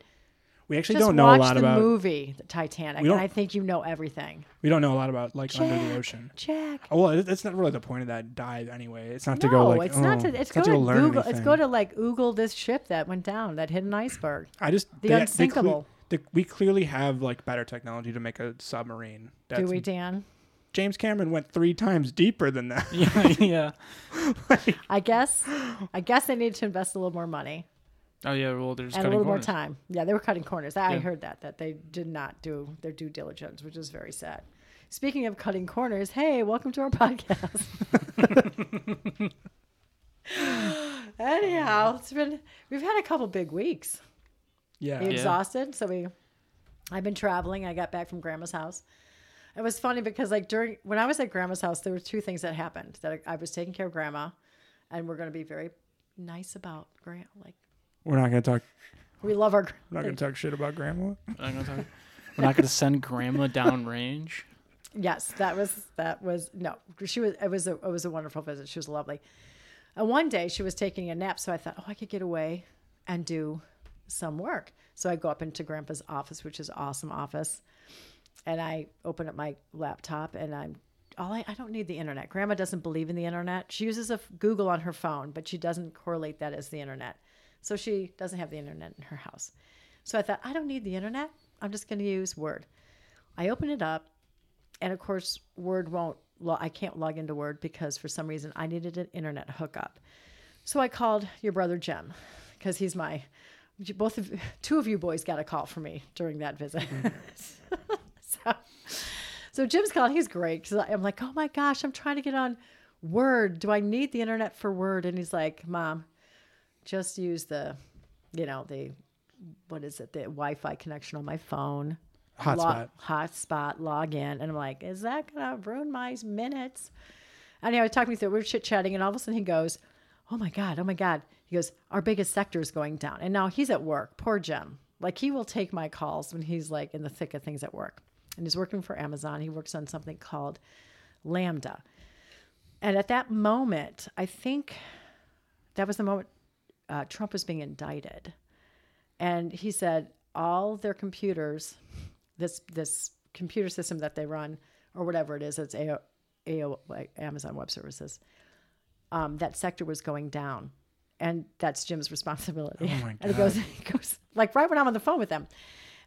[SPEAKER 2] we actually
[SPEAKER 1] just
[SPEAKER 2] don't know a
[SPEAKER 1] watch
[SPEAKER 2] lot
[SPEAKER 1] the
[SPEAKER 2] about.
[SPEAKER 1] movie the Titanic,
[SPEAKER 2] We
[SPEAKER 1] and
[SPEAKER 2] don't-
[SPEAKER 1] I think you know everything.
[SPEAKER 2] We don't know a lot about like under the
[SPEAKER 1] Jack.
[SPEAKER 2] ocean.
[SPEAKER 1] Jack.
[SPEAKER 2] Oh, well, it- that's not really the point of that dive anyway. It's not
[SPEAKER 1] no,
[SPEAKER 2] to go like.
[SPEAKER 1] it's not
[SPEAKER 2] oh,
[SPEAKER 1] to. It's,
[SPEAKER 2] not
[SPEAKER 1] go to
[SPEAKER 2] learn
[SPEAKER 1] Google. It's
[SPEAKER 2] anything.
[SPEAKER 1] go to like Google this ship that went down that hit an iceberg.
[SPEAKER 2] I just
[SPEAKER 1] the
[SPEAKER 2] they- they cle-
[SPEAKER 1] unsinkable.
[SPEAKER 2] the- we clearly have like better technology to make a submarine. That's,
[SPEAKER 1] Do we, Dan?
[SPEAKER 2] James Cameron went three times deeper than that.
[SPEAKER 3] yeah, yeah.
[SPEAKER 1] I guess. I guess they need to invest a little more money.
[SPEAKER 3] Oh yeah. Well, there's
[SPEAKER 1] and a little more time. Yeah, they were cutting corners. I
[SPEAKER 3] Yeah.
[SPEAKER 1] heard that that they did not do their due diligence, which is very sad. Speaking of cutting corners, hey, welcome to our podcast. Anyhow, it's been we've had a couple big weeks.
[SPEAKER 2] Yeah,
[SPEAKER 1] We
[SPEAKER 3] Yeah.
[SPEAKER 1] exhausted, so we I've been traveling. I got back from grandma's house. It was funny because like during when I was at grandma's house, there were two things that happened. That I, I was taking care of grandma, and we're going to be very nice about grand. Like
[SPEAKER 2] we're not gonna talk.
[SPEAKER 1] we love our. gr-
[SPEAKER 2] We're not gonna talk shit about Grandma.
[SPEAKER 3] I'm gonna talk- We're not gonna send Grandma downrange.
[SPEAKER 1] Yes, that was that was no. She was it was a it was a wonderful visit. She was lovely. And one day she was taking a nap, so I thought, oh, I could get away and do some work. So I go up into Grandpa's office, which is awesome office, and I open up my laptop and I'm all I, I don't need the internet. Grandma doesn't believe in the internet. She uses a f- Google on her phone, but she doesn't correlate that as the internet. So she doesn't have the internet in her house. So I thought, I don't need the internet. I'm just going to use Word. I open it up and of course word won't lo- i can't log into word because for some reason i needed an internet hookup so i called your brother jim because he's my both of two of you boys got a call from me during that visit so, so jim's calling he's great because i'm like oh my gosh i'm trying to get on word do i need the internet for word and he's like mom just use the you know the what is it the wi-fi connection on my phone
[SPEAKER 2] Hotspot.
[SPEAKER 1] Log, hotspot login. And I'm like, is that going to ruin my minutes? And he was talking me through, we were chit chatting, and all of a sudden he goes, Oh my God, oh my God. He goes, Our biggest sector is going down. And now he's at work, poor Jim. Like he will take my calls when he's like in the thick of things at work. And he's working for Amazon. He works on something called Lambda. And at that moment, I think that was the moment uh, Trump was being indicted. And he said all their computers, this this computer system that they run or whatever it is, it's AO, AO, like Amazon Web Services, um, that sector was going down. And that's Jim's responsibility.
[SPEAKER 2] Oh my
[SPEAKER 1] And he goes, he goes, like right when I'm on the phone with them.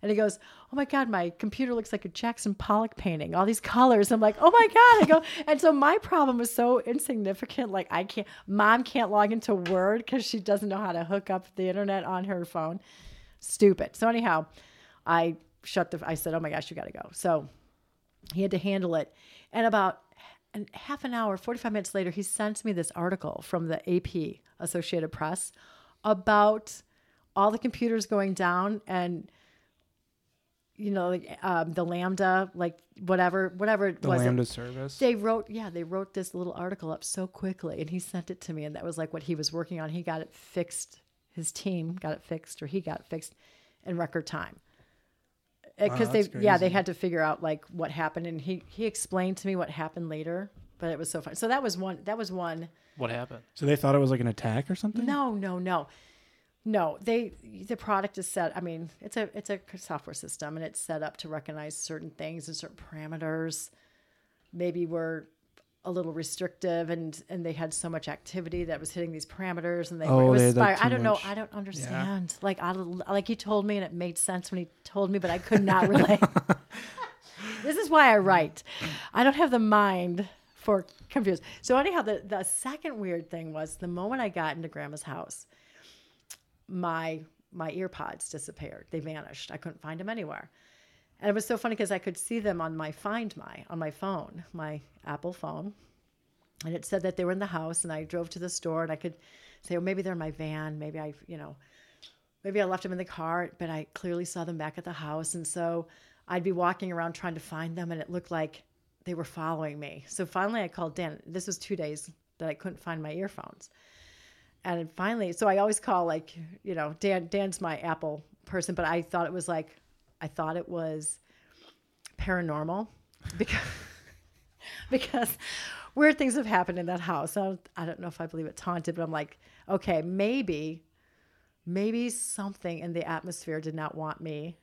[SPEAKER 1] And he goes, Oh my God, my computer looks like a Jackson Pollock painting, all these colors. I'm like, Oh my God. I go, and so my problem was so insignificant. Like, I can't, mom can't log into Word because she doesn't know how to hook up the internet on her phone. Stupid. So, anyhow, I shut the, I said, Oh my gosh, you got to go. So he had to handle it. And about an, half an hour, 45 minutes later, he sends me this article from the AP, Associated Press, about all the computers going down and you know, like, um, the Lambda, like whatever, whatever it
[SPEAKER 2] The
[SPEAKER 1] was.
[SPEAKER 2] Lambda service.
[SPEAKER 1] They wrote, yeah, they wrote this little article up so quickly, and he sent it to me, and that was like what he was working on. He got it fixed. His team got it fixed, or he got it fixed in record time. Because
[SPEAKER 2] Wow,
[SPEAKER 1] they,
[SPEAKER 2] that's
[SPEAKER 1] yeah,
[SPEAKER 2] crazy.
[SPEAKER 1] they had to figure out like what happened, and he he explained to me what happened later. But it was so fun. So that was one. That was one.
[SPEAKER 3] What happened?
[SPEAKER 2] so they thought it was like an attack or something.
[SPEAKER 1] No, no, no, no. They the product is set. I mean, it's a it's a software system, and it's set up to recognize certain things and certain parameters. Maybe we're a little restrictive, and and they had so much activity that was hitting these parameters, and they
[SPEAKER 2] Oh,
[SPEAKER 1] were, it
[SPEAKER 2] they
[SPEAKER 1] was
[SPEAKER 2] had, like,
[SPEAKER 1] spir- I
[SPEAKER 2] too
[SPEAKER 1] don't know.
[SPEAKER 2] much-
[SPEAKER 1] I don't understand. Like I like he told me, and it made sense when he told me, but I could not relate. this is why I write. I don't have the mind for confused. So anyhow, the, the second weird thing was the moment I got into grandma's house, my my ear pods disappeared. They vanished. I couldn't find them anywhere. And it was so funny because I could see them on my Find My on my phone, my Apple phone. And it said that they were in the house and I drove to the store and I could say, "Oh, maybe they're in my van, maybe I, you know, maybe I left them in the car, but I clearly saw them back at the house. And so I'd be walking around trying to find them, and it looked like they were following me. So finally, I called Dan. This was two days that I couldn't find my earphones. And finally, so I always call like, you know, Dan. Dan's my Apple person, but I thought it was like, I thought it was paranormal because because weird things have happened in that house. I don't, I don't know if I believe it taunted, but I'm like, okay, maybe maybe something in the atmosphere did not want me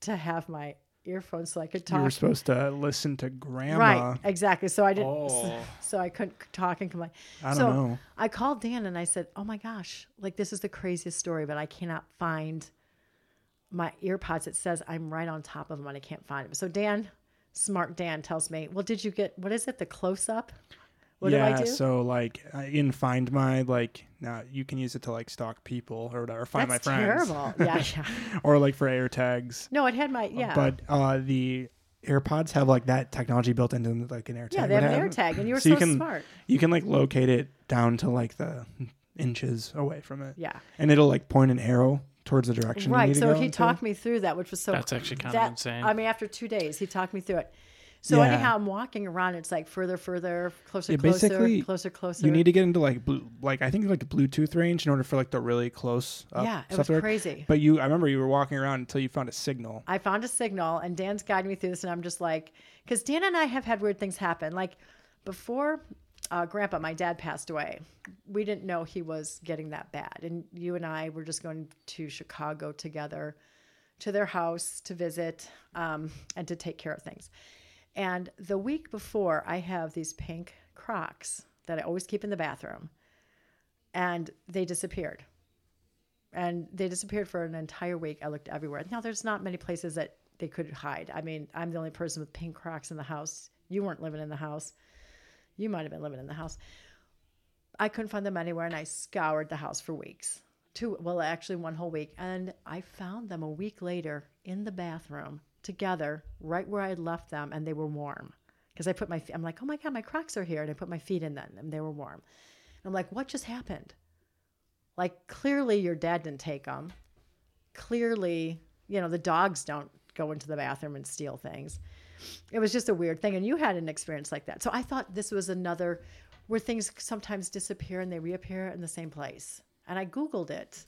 [SPEAKER 1] to have my earphones so I could
[SPEAKER 2] You were
[SPEAKER 1] talk.
[SPEAKER 2] supposed to listen to grandma.
[SPEAKER 1] Right, exactly. So I didn't.
[SPEAKER 3] Oh.
[SPEAKER 1] So I couldn't talk and complain.
[SPEAKER 2] I don't
[SPEAKER 1] so
[SPEAKER 2] know.
[SPEAKER 1] I called Dan and I said, "Oh my gosh, like this is the craziest story, but I cannot find my earpods. It says I'm right on top of them and I can't find them." So Dan, smart Dan, tells me, "Well, did you get what is it? The close up? What
[SPEAKER 2] yeah,
[SPEAKER 1] do I do?"
[SPEAKER 2] so like I- in Find My, like now you can use it to like stalk people or whatever, find
[SPEAKER 1] That's
[SPEAKER 2] my friends,
[SPEAKER 1] terrible. yeah, yeah.
[SPEAKER 2] or like for air tags.
[SPEAKER 1] No, it had my yeah.
[SPEAKER 2] But uh, the AirPods have like that technology built into them, like an AirTag.
[SPEAKER 1] yeah, they
[SPEAKER 2] would
[SPEAKER 1] have an air tag, and you were so,
[SPEAKER 2] you can
[SPEAKER 1] smart.
[SPEAKER 2] you can like locate it down to like the inches away from it.
[SPEAKER 1] Yeah.
[SPEAKER 2] and it'll like point an arrow towards the direction. You need
[SPEAKER 1] Right.
[SPEAKER 2] to
[SPEAKER 1] So
[SPEAKER 2] go
[SPEAKER 1] he
[SPEAKER 2] into.
[SPEAKER 1] talked me through that, which was so.
[SPEAKER 3] That's actually kinda
[SPEAKER 1] that-
[SPEAKER 3] insane.
[SPEAKER 1] I mean, after two days, he talked me through it. So
[SPEAKER 2] Yeah.
[SPEAKER 1] anyhow, I'm walking around. It's like further, further, closer,
[SPEAKER 2] Yeah,
[SPEAKER 1] closer,
[SPEAKER 2] basically,
[SPEAKER 1] closer, closer.
[SPEAKER 2] You need to get into like blue, like I think like Bluetooth range in order for like the really close. Up
[SPEAKER 1] Yeah, it
[SPEAKER 2] stuff
[SPEAKER 1] was
[SPEAKER 2] to work.
[SPEAKER 1] crazy.
[SPEAKER 2] But you, I remember you were walking around until you found a signal.
[SPEAKER 1] I found a signal, and Dan's guiding me through this, and I'm just like, because Dan and I have had weird things happen. Like before, uh, Grandpa, my dad passed away. We didn't know he was getting that bad, and you and I were just going to Chicago together, to their house to visit um, and to take care of things. And the week before, I have these pink Crocs that I always keep in the bathroom, and they disappeared and they disappeared for an entire week. I looked everywhere. Now there's not many places that they could hide. I mean, I'm the only person with pink Crocs in the house. You weren't living in the house. You might have been living in the house. I couldn't find them anywhere, and I scoured the house for weeks. Two, well, actually, one whole week, and I found them a week later in the bathroom together, right where I had left them, and they were warm. Because I put my, feet, I'm like, oh my god, my Crocs are here, and I put my feet in them, and they were warm. And I'm like, what just happened? like clearly your dad didn't take them clearly you know the dogs don't go into the bathroom and steal things it was just a weird thing and you had an experience like that so i thought this was another where things sometimes disappear and they reappear in the same place and i googled it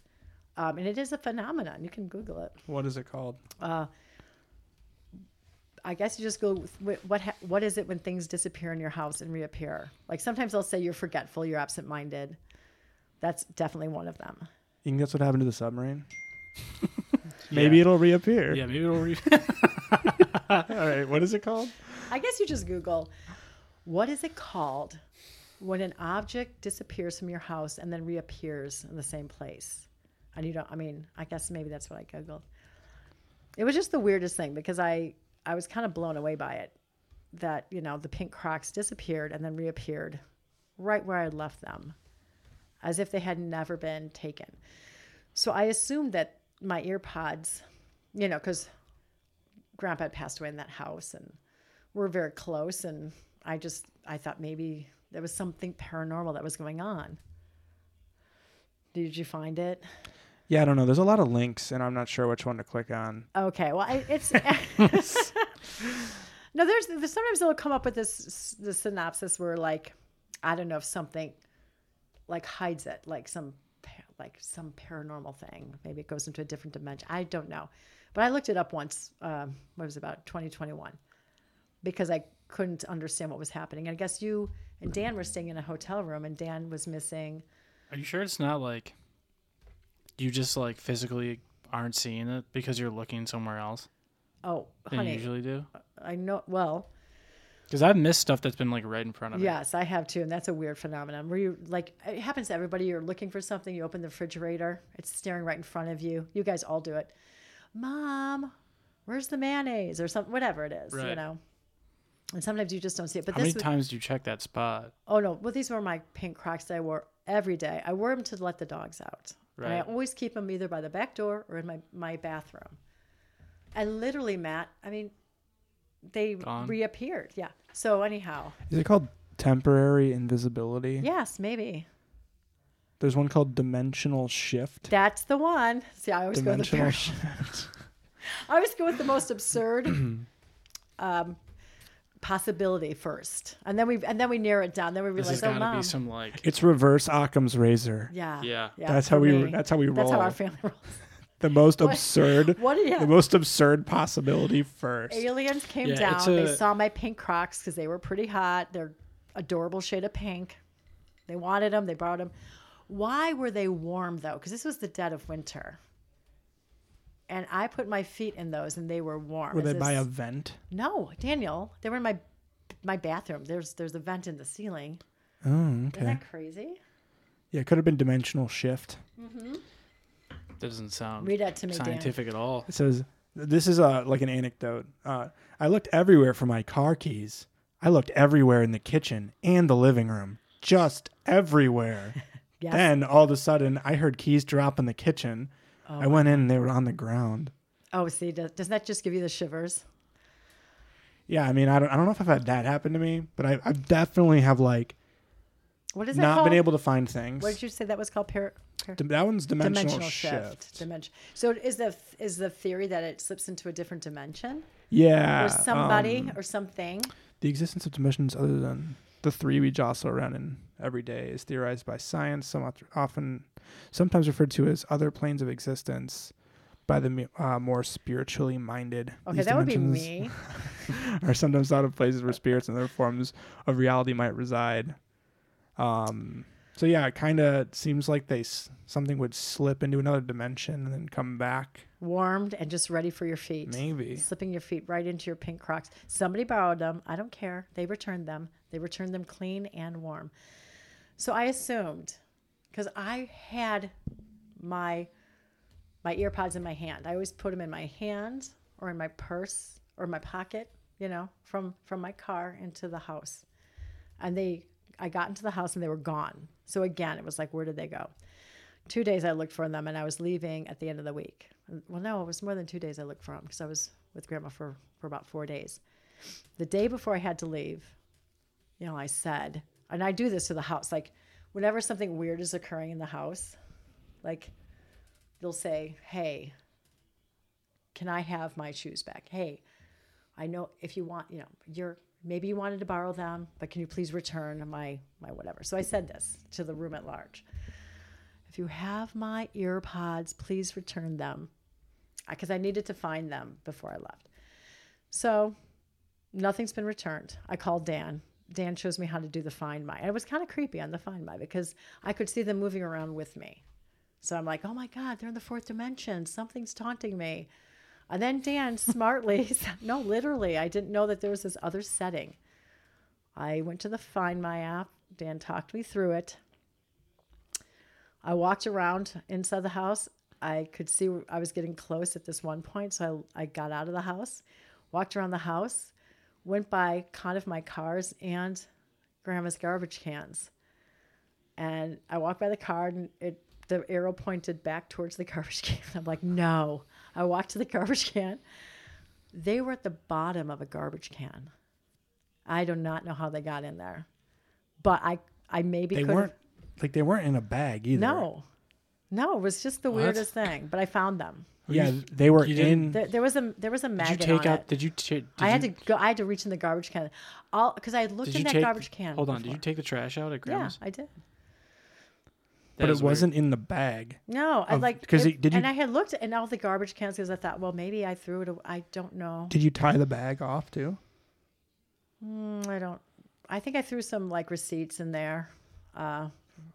[SPEAKER 1] um, and it is a phenomenon you can google it
[SPEAKER 2] What is it called?
[SPEAKER 1] I guess you just go with wh- what ha- what is it when things disappear in your house and reappear? Like sometimes they'll say you're forgetful, you're absent-minded. That's definitely one of them.
[SPEAKER 2] You think that's what happened to the submarine? Maybe it'll reappear.
[SPEAKER 3] Yeah, maybe it'll re-
[SPEAKER 2] All right. What is it called?
[SPEAKER 1] I guess you just Google what is it called when an object disappears from your house and then reappears in the same place? And you don't, I mean, I guess maybe that's what I Googled. It was just the weirdest thing because I, I was kind of blown away by it that, you know, the pink crocs disappeared and then reappeared right where I had left them as if they had never been taken. So I assumed that my ear pods, you know, because grandpa had passed away in that house and we're very close and i just i thought maybe there was something paranormal that was going on did you find it
[SPEAKER 2] Yeah, I don't know. There's a lot of links, and I'm not sure which one to click on.
[SPEAKER 1] Okay, well, I, it's no. There's, there's sometimes they'll come up with this the synopsis where like I don't know if something like hides it, like some par- like some paranormal thing. Maybe it goes into a different dimension. I don't know, but I looked it up once. Um, what was it about 2021 because I couldn't understand what was happening. And I guess you and Dan were staying in a hotel room, and Dan was missing.
[SPEAKER 3] Are you sure it's not like you just like physically aren't seeing it because you're looking somewhere else
[SPEAKER 1] Oh,
[SPEAKER 3] than
[SPEAKER 1] honey, Uh,
[SPEAKER 3] you usually do?
[SPEAKER 1] I know. Well,
[SPEAKER 3] Because I've missed stuff that's been like right in front of me.
[SPEAKER 1] Yes, I have too, and that's a weird phenomenon where you like it happens to everybody. You're looking for something, you open the refrigerator, it's staring right in front of you. You guys all do it. Mom, where's the mayonnaise or something? Whatever it is, you
[SPEAKER 3] Right.
[SPEAKER 1] know. And sometimes you just don't see it. But
[SPEAKER 3] How many
[SPEAKER 1] this, was,
[SPEAKER 3] times do you check that spot?
[SPEAKER 1] oh no, well these were my pink Crocs that I wore every day. I wore them to let the dogs out. And I
[SPEAKER 3] Right.
[SPEAKER 1] always keep them either by the back door or in my my bathroom. And literally, Matt, I mean, they
[SPEAKER 3] Gone.
[SPEAKER 1] reappeared. Yeah. So anyhow,
[SPEAKER 2] Is it called temporary invisibility?
[SPEAKER 1] yes, maybe.
[SPEAKER 2] There's one called dimensional shift.
[SPEAKER 1] That's the one. See, I always go with the
[SPEAKER 2] dimensional
[SPEAKER 1] par-
[SPEAKER 2] shift.
[SPEAKER 1] I always go with the most absurd um, possibility first, and then we and then we narrow it down. Then we
[SPEAKER 3] This has
[SPEAKER 1] realize, oh,
[SPEAKER 3] got to
[SPEAKER 1] mom,
[SPEAKER 3] be some like.
[SPEAKER 2] it's reverse Ockham's razor.
[SPEAKER 1] yeah,
[SPEAKER 3] Yeah.
[SPEAKER 2] that's how
[SPEAKER 1] for
[SPEAKER 2] we.
[SPEAKER 1] me.
[SPEAKER 2] That's how we roll.
[SPEAKER 1] That's how our family rolls.
[SPEAKER 2] the most absurd.
[SPEAKER 1] What do you
[SPEAKER 2] The most absurd possibility first.
[SPEAKER 1] Aliens came
[SPEAKER 3] Yeah, it's
[SPEAKER 1] down. They
[SPEAKER 3] a-
[SPEAKER 1] saw my pink Crocs because they were pretty hot. They're adorable shade of pink. They wanted them. They brought them. Why were they warm though? Because this was the dead of winter. And I put my feet in those, and they were warm.
[SPEAKER 2] Were
[SPEAKER 1] Is
[SPEAKER 2] they
[SPEAKER 1] this-
[SPEAKER 2] by a vent?
[SPEAKER 1] No, Daniel, they were in my my bathroom. There's there's a vent in the ceiling.
[SPEAKER 2] Oh,
[SPEAKER 1] Isn't
[SPEAKER 2] okay.
[SPEAKER 1] that crazy?
[SPEAKER 2] Yeah, it could have been dimensional shift.
[SPEAKER 3] That doesn't sound
[SPEAKER 1] Read that to me, Dan.
[SPEAKER 3] scientific at all.
[SPEAKER 2] It says this is a like an anecdote. Uh, I looked everywhere for my car keys. I looked everywhere in the kitchen and the living room, just everywhere.
[SPEAKER 1] Yes.
[SPEAKER 2] Then all of a sudden, I heard keys drop in the kitchen. I went in and they were on the ground.
[SPEAKER 1] Oh, see, does, doesn't that just give you the shivers?
[SPEAKER 2] Yeah, I mean, I don't, I don't know if I've had that happen to me, but I, I definitely have like
[SPEAKER 1] What is that
[SPEAKER 2] not
[SPEAKER 1] called?
[SPEAKER 2] been able to find things.
[SPEAKER 1] what did you say that was called? Par- par-
[SPEAKER 2] Dim- that one's dimensional,
[SPEAKER 1] dimensional
[SPEAKER 2] shift.
[SPEAKER 1] shift. Dimension. So is the is the theory that it slips into a different dimension
[SPEAKER 2] Yeah,
[SPEAKER 1] or somebody
[SPEAKER 2] um,
[SPEAKER 1] or something?
[SPEAKER 2] The existence of dimensions other than the three we jostle around in every day is theorized by science, some oth- often, sometimes referred to as other planes of existence, by the me- uh, more spiritually minded.
[SPEAKER 1] Okay,
[SPEAKER 2] These
[SPEAKER 1] that would be me.
[SPEAKER 2] dimensions Are sometimes thought of places where spirits and other forms of reality might reside. Um, so yeah, it kind of seems like they s- something would slip into another dimension and then come back.
[SPEAKER 1] Warmed and just ready for your feet.
[SPEAKER 2] Maybe.
[SPEAKER 1] Slipping your feet right into your pink Crocs. Somebody borrowed them. I don't care. They returned them. They returned them clean and warm. So I assumed, because I had my my ear pods in my hand. I always put them in my hand or in my purse or my pocket, you know, from from my car into the house. And they I got into the house and they were gone. So again, it was like where did they go? Two days I looked for them and I was leaving at the end of the week. Well, no, it was more than 2 days I looked for them because I was with grandma for for about 4 days. The day before I had to leave, you know, I said, and I do this to the house like whenever something weird is occurring in the house, like they'll say, "Hey, can I have my shoes back? Hey, I know if you want, you know, you're maybe you wanted to borrow them, but can you please return my my whatever?" So I said this to the room at large. If you have my ear pods, please return them because I needed to find them before I left. So nothing's been returned. I called Dan. Dan shows me how to do the find my. And it was kind of creepy on the find my because I could see them moving around with me. So I'm like, oh my God, they're in the fourth dimension. Something's taunting me. And then Dan smartly said, no, literally, I didn't know that there was this other setting. I went to the Find My app. Dan talked me through it. I walked around inside the house. I could see I was getting close at this one point. So I, I got out of the house, walked around the house, went by kind of my cars and grandma's garbage cans and I walked by the car and it the arrow pointed back towards the garbage can. I'm like, no. I walked to the garbage can. They were at the bottom of a garbage can. I do not know how they got in there, but I I maybe
[SPEAKER 2] They
[SPEAKER 1] could
[SPEAKER 2] weren't like they weren't in a bag either.
[SPEAKER 1] no, No, it was just the weirdest thing. But I found them.
[SPEAKER 2] Yeah, they were
[SPEAKER 3] you didn't-
[SPEAKER 2] in.
[SPEAKER 1] There, there was a there was a
[SPEAKER 3] Did you
[SPEAKER 1] maggot
[SPEAKER 3] take
[SPEAKER 1] on
[SPEAKER 3] out?
[SPEAKER 1] it.
[SPEAKER 3] Did you? T- did
[SPEAKER 1] I had
[SPEAKER 3] you-
[SPEAKER 1] to go. I had to reach in the garbage can. All because I had looked
[SPEAKER 3] Did
[SPEAKER 1] in
[SPEAKER 3] you
[SPEAKER 1] that
[SPEAKER 3] take?
[SPEAKER 1] garbage can.
[SPEAKER 3] hold on. Did
[SPEAKER 1] before.
[SPEAKER 3] you take the trash out at
[SPEAKER 1] Yeah,
[SPEAKER 3] grandma's?
[SPEAKER 1] I did.
[SPEAKER 2] but it wasn't in the bag.
[SPEAKER 1] No,
[SPEAKER 3] Oh,
[SPEAKER 1] I
[SPEAKER 2] Of-
[SPEAKER 1] like
[SPEAKER 2] 'cause
[SPEAKER 1] it-
[SPEAKER 2] it- did you-
[SPEAKER 1] and I had looked in all the garbage cans because I thought, well, maybe I threw it. Away. I don't know.
[SPEAKER 2] Did you tie the bag off too?
[SPEAKER 1] Mm, I don't. I think I threw some like receipts in there. Uh,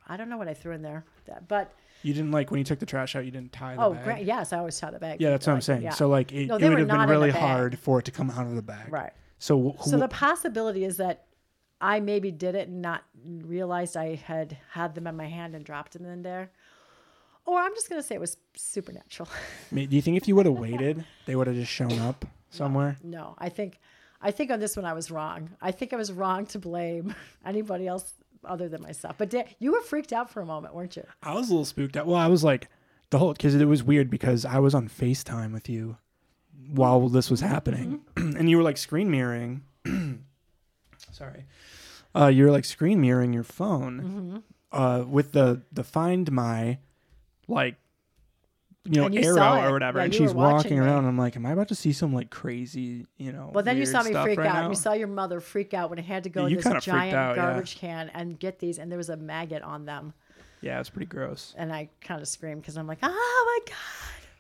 [SPEAKER 1] I don't know what I threw in there, That- but
[SPEAKER 2] You didn't like when you took the trash out. You didn't tie the
[SPEAKER 1] oh,
[SPEAKER 2] bag.
[SPEAKER 1] great. Yes, I always saw the bag.
[SPEAKER 2] Yeah, that's what I'm
[SPEAKER 1] Like,
[SPEAKER 2] saying.
[SPEAKER 1] yeah.
[SPEAKER 2] So like it,
[SPEAKER 1] No,
[SPEAKER 2] it
[SPEAKER 1] they
[SPEAKER 2] would
[SPEAKER 1] were
[SPEAKER 2] have
[SPEAKER 1] not
[SPEAKER 2] been
[SPEAKER 1] in the
[SPEAKER 2] really
[SPEAKER 1] bag.
[SPEAKER 2] hard for it to come out of the bag.
[SPEAKER 1] right.
[SPEAKER 2] So wh- who,
[SPEAKER 1] So the possibility is that I maybe did it and not realized I had had them in my hand and dropped them in there, or I'm just gonna say it was supernatural.
[SPEAKER 2] I mean, do you think if you would have waited, they would have just shown up somewhere?
[SPEAKER 1] no, I think, I think on this one I was wrong. I think I was wrong to blame anybody else other than myself. But da- you were freaked out for a moment, weren't you?
[SPEAKER 2] I was a little spooked out. Well, I was like the whole because it was weird because I was on FaceTime with you while this was happening,
[SPEAKER 1] Mm-hmm.
[SPEAKER 2] and you were like screen mirroring. Sorry, uh, you were like screen mirroring your
[SPEAKER 1] Mm-hmm.
[SPEAKER 2] phone uh, with the the Find My like you know
[SPEAKER 1] And you saw
[SPEAKER 2] arrow
[SPEAKER 1] it.
[SPEAKER 2] or whatever,
[SPEAKER 1] Yeah,
[SPEAKER 2] and
[SPEAKER 1] you were
[SPEAKER 2] she's walking
[SPEAKER 1] watching me.
[SPEAKER 2] around. I'm like, am I about to see some like crazy you know?
[SPEAKER 1] Well, then you
[SPEAKER 2] weird
[SPEAKER 1] saw me
[SPEAKER 2] stuff
[SPEAKER 1] freak
[SPEAKER 2] right
[SPEAKER 1] out.
[SPEAKER 2] now?
[SPEAKER 1] You saw your mother freak out when I had to go
[SPEAKER 2] Yeah,
[SPEAKER 1] in
[SPEAKER 2] you
[SPEAKER 1] this
[SPEAKER 2] kinda freaked
[SPEAKER 1] giant
[SPEAKER 2] out, yeah.
[SPEAKER 1] garbage can and get these, and there was a maggot on them,
[SPEAKER 2] yeah, it's pretty gross.
[SPEAKER 1] and I kind of screamed because I'm like, "Oh my god!"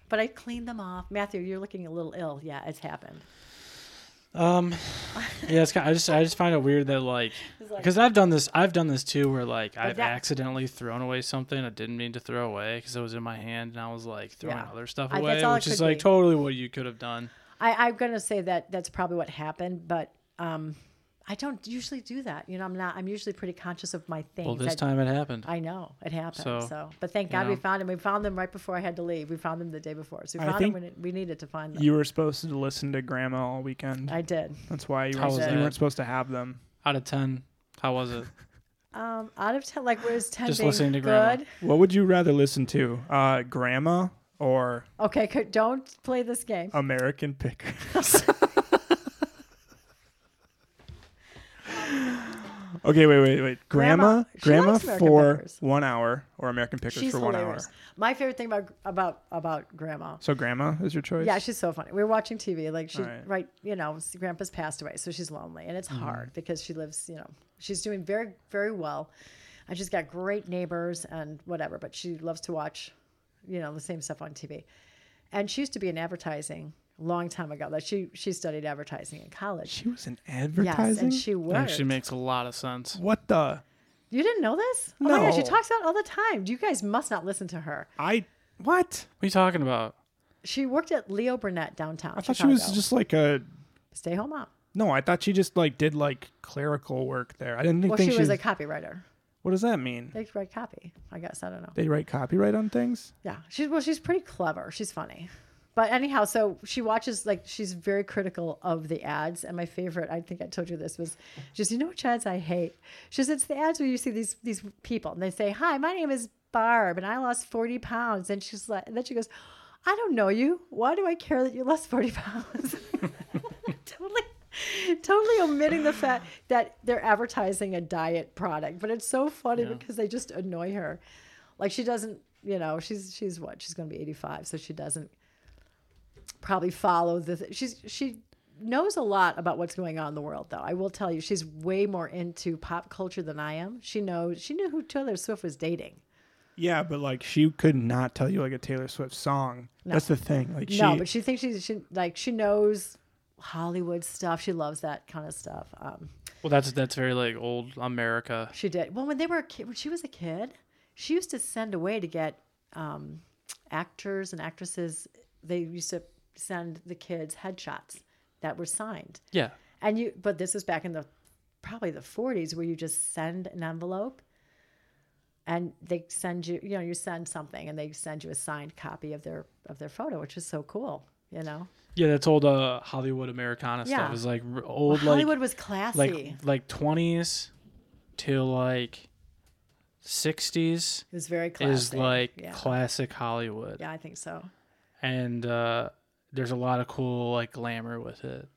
[SPEAKER 1] But I cleaned them off. Matthew, you're looking a little ill. Yeah, it's happened.
[SPEAKER 3] Um, yeah, it's kind. I just I just find it weird that like because I've done this I've done this too where like I've
[SPEAKER 1] that-
[SPEAKER 3] accidentally thrown away something I didn't mean to throw away because it was in my hand and I was like throwing
[SPEAKER 1] Yeah.
[SPEAKER 3] other stuff
[SPEAKER 1] I- that's
[SPEAKER 3] away,
[SPEAKER 1] all it
[SPEAKER 3] which is
[SPEAKER 1] could
[SPEAKER 3] like
[SPEAKER 1] be.
[SPEAKER 3] totally what you could have done.
[SPEAKER 1] I, I'm gonna say that that's probably what happened, but um, I don't usually do that. You know, I'm not. I'm usually pretty conscious of my things.
[SPEAKER 3] Well, this
[SPEAKER 1] I-
[SPEAKER 3] time it happened.
[SPEAKER 1] I know it happened. So,
[SPEAKER 3] So,
[SPEAKER 1] but thank
[SPEAKER 3] you
[SPEAKER 1] God we
[SPEAKER 3] know.
[SPEAKER 1] found them. We found them right before I had to leave. We found them the day before, so we
[SPEAKER 2] I
[SPEAKER 1] found
[SPEAKER 2] think
[SPEAKER 1] them when it, we needed to find them.
[SPEAKER 2] You were supposed to listen to Grandma all weekend.
[SPEAKER 1] I did.
[SPEAKER 2] That's why you,
[SPEAKER 3] How
[SPEAKER 2] were,
[SPEAKER 3] was
[SPEAKER 2] you
[SPEAKER 3] that?
[SPEAKER 2] weren't supposed to have them.
[SPEAKER 3] Out of ten, how was it?
[SPEAKER 1] Um, out of ten, like where's ten?
[SPEAKER 3] Just
[SPEAKER 1] being
[SPEAKER 3] listening to
[SPEAKER 1] good?
[SPEAKER 3] Grandma.
[SPEAKER 2] What would you rather listen to, uh, Grandma or
[SPEAKER 1] Okay, co- don't play this game.
[SPEAKER 2] American Pickers? okay, wait, wait, wait.
[SPEAKER 1] Grandma-
[SPEAKER 2] Grandma,
[SPEAKER 1] she
[SPEAKER 2] Grandma,
[SPEAKER 1] likes American
[SPEAKER 2] for
[SPEAKER 1] Pickers.
[SPEAKER 2] one hour or American Pickers
[SPEAKER 1] She's
[SPEAKER 2] for one
[SPEAKER 1] hilarious.
[SPEAKER 2] hour.
[SPEAKER 1] My favorite thing about about about Grandma.
[SPEAKER 2] So Grandma is your choice.
[SPEAKER 1] Yeah, she's so funny. We were watching TV, like she,
[SPEAKER 2] All
[SPEAKER 1] right.
[SPEAKER 2] right. Mm-hmm.
[SPEAKER 1] you know, s- Grandpa's passed away, so she's lonely, and it's hard because she lives, you know, she's doing very very well, and she's got great neighbors and whatever, but she loves to watch, you know, the same stuff on TV, and she used to be in advertising a long time ago. That she she studied advertising in college.
[SPEAKER 2] she was in
[SPEAKER 1] Yes,
[SPEAKER 2] advertising.
[SPEAKER 1] and she worked.
[SPEAKER 3] Actually, makes a lot of sense.
[SPEAKER 2] what the?
[SPEAKER 1] you didn't know this? Oh my gosh, she
[SPEAKER 2] No.
[SPEAKER 1] talks about it all the time. You guys must not listen to her.
[SPEAKER 2] I what?
[SPEAKER 3] What are you talking about?
[SPEAKER 1] She worked at Leo Burnett downtown.
[SPEAKER 2] I thought she was just like a.
[SPEAKER 1] stay home mom.
[SPEAKER 2] No, I thought she just like did like clerical work there. I didn't
[SPEAKER 1] Well, she
[SPEAKER 2] think
[SPEAKER 1] was,
[SPEAKER 2] she
[SPEAKER 1] a copywriter.
[SPEAKER 2] What does that mean?
[SPEAKER 1] They write copy. I guess I don't know.
[SPEAKER 2] They write copyright on things?
[SPEAKER 1] Yeah, she's well, she's pretty clever. She's funny, but anyhow, so she watches like she's very critical of the ads. And my favorite, I think I told you this was, she says, you know which ads I hate. She says it's the ads where you see these these people and they say, hi, my name is Barb and I lost forty pounds. And she's like, and then she goes, I don't know you. Why do I care that you lost forty pounds? totally totally omitting the fact that they're advertising a diet product but it's so funny because they just annoy her like she doesn't you know she's she's what she's going to be 85 so she doesn't probably follow the th- she's she knows a lot about what's going on in the world though i will tell you she's way more into pop culture than i am she knows she knew who taylor swift was dating
[SPEAKER 2] Yeah, but like she could not tell you like a Taylor Swift song. That's the thing. Like she,
[SPEAKER 1] no but she thinks she's she, like she knows hollywood stuff she loves that kind of stuff um
[SPEAKER 3] Well, that's that's very like old America.
[SPEAKER 1] She did. Well, when they were a kid, when she was a kid, she used to send away to get um, actors and actresses. They used to send the kids headshots that were signed,
[SPEAKER 3] Yeah,
[SPEAKER 1] and you. But this was back in the probably the forties, where you just send an envelope, and they send you. You know, you send something, and they send you a signed copy of their of their photo, which is so cool. You know,
[SPEAKER 3] yeah, that's old uh, Hollywood Americana
[SPEAKER 1] Yeah.
[SPEAKER 3] stuff. Is like r- old like
[SPEAKER 1] Hollywood was classy.
[SPEAKER 3] like like twenties to like sixties
[SPEAKER 1] it was very classy.
[SPEAKER 3] is like
[SPEAKER 1] yeah.
[SPEAKER 3] classic Hollywood,
[SPEAKER 1] yeah, I think so.
[SPEAKER 3] and uh, there's a lot of cool like glamour with it.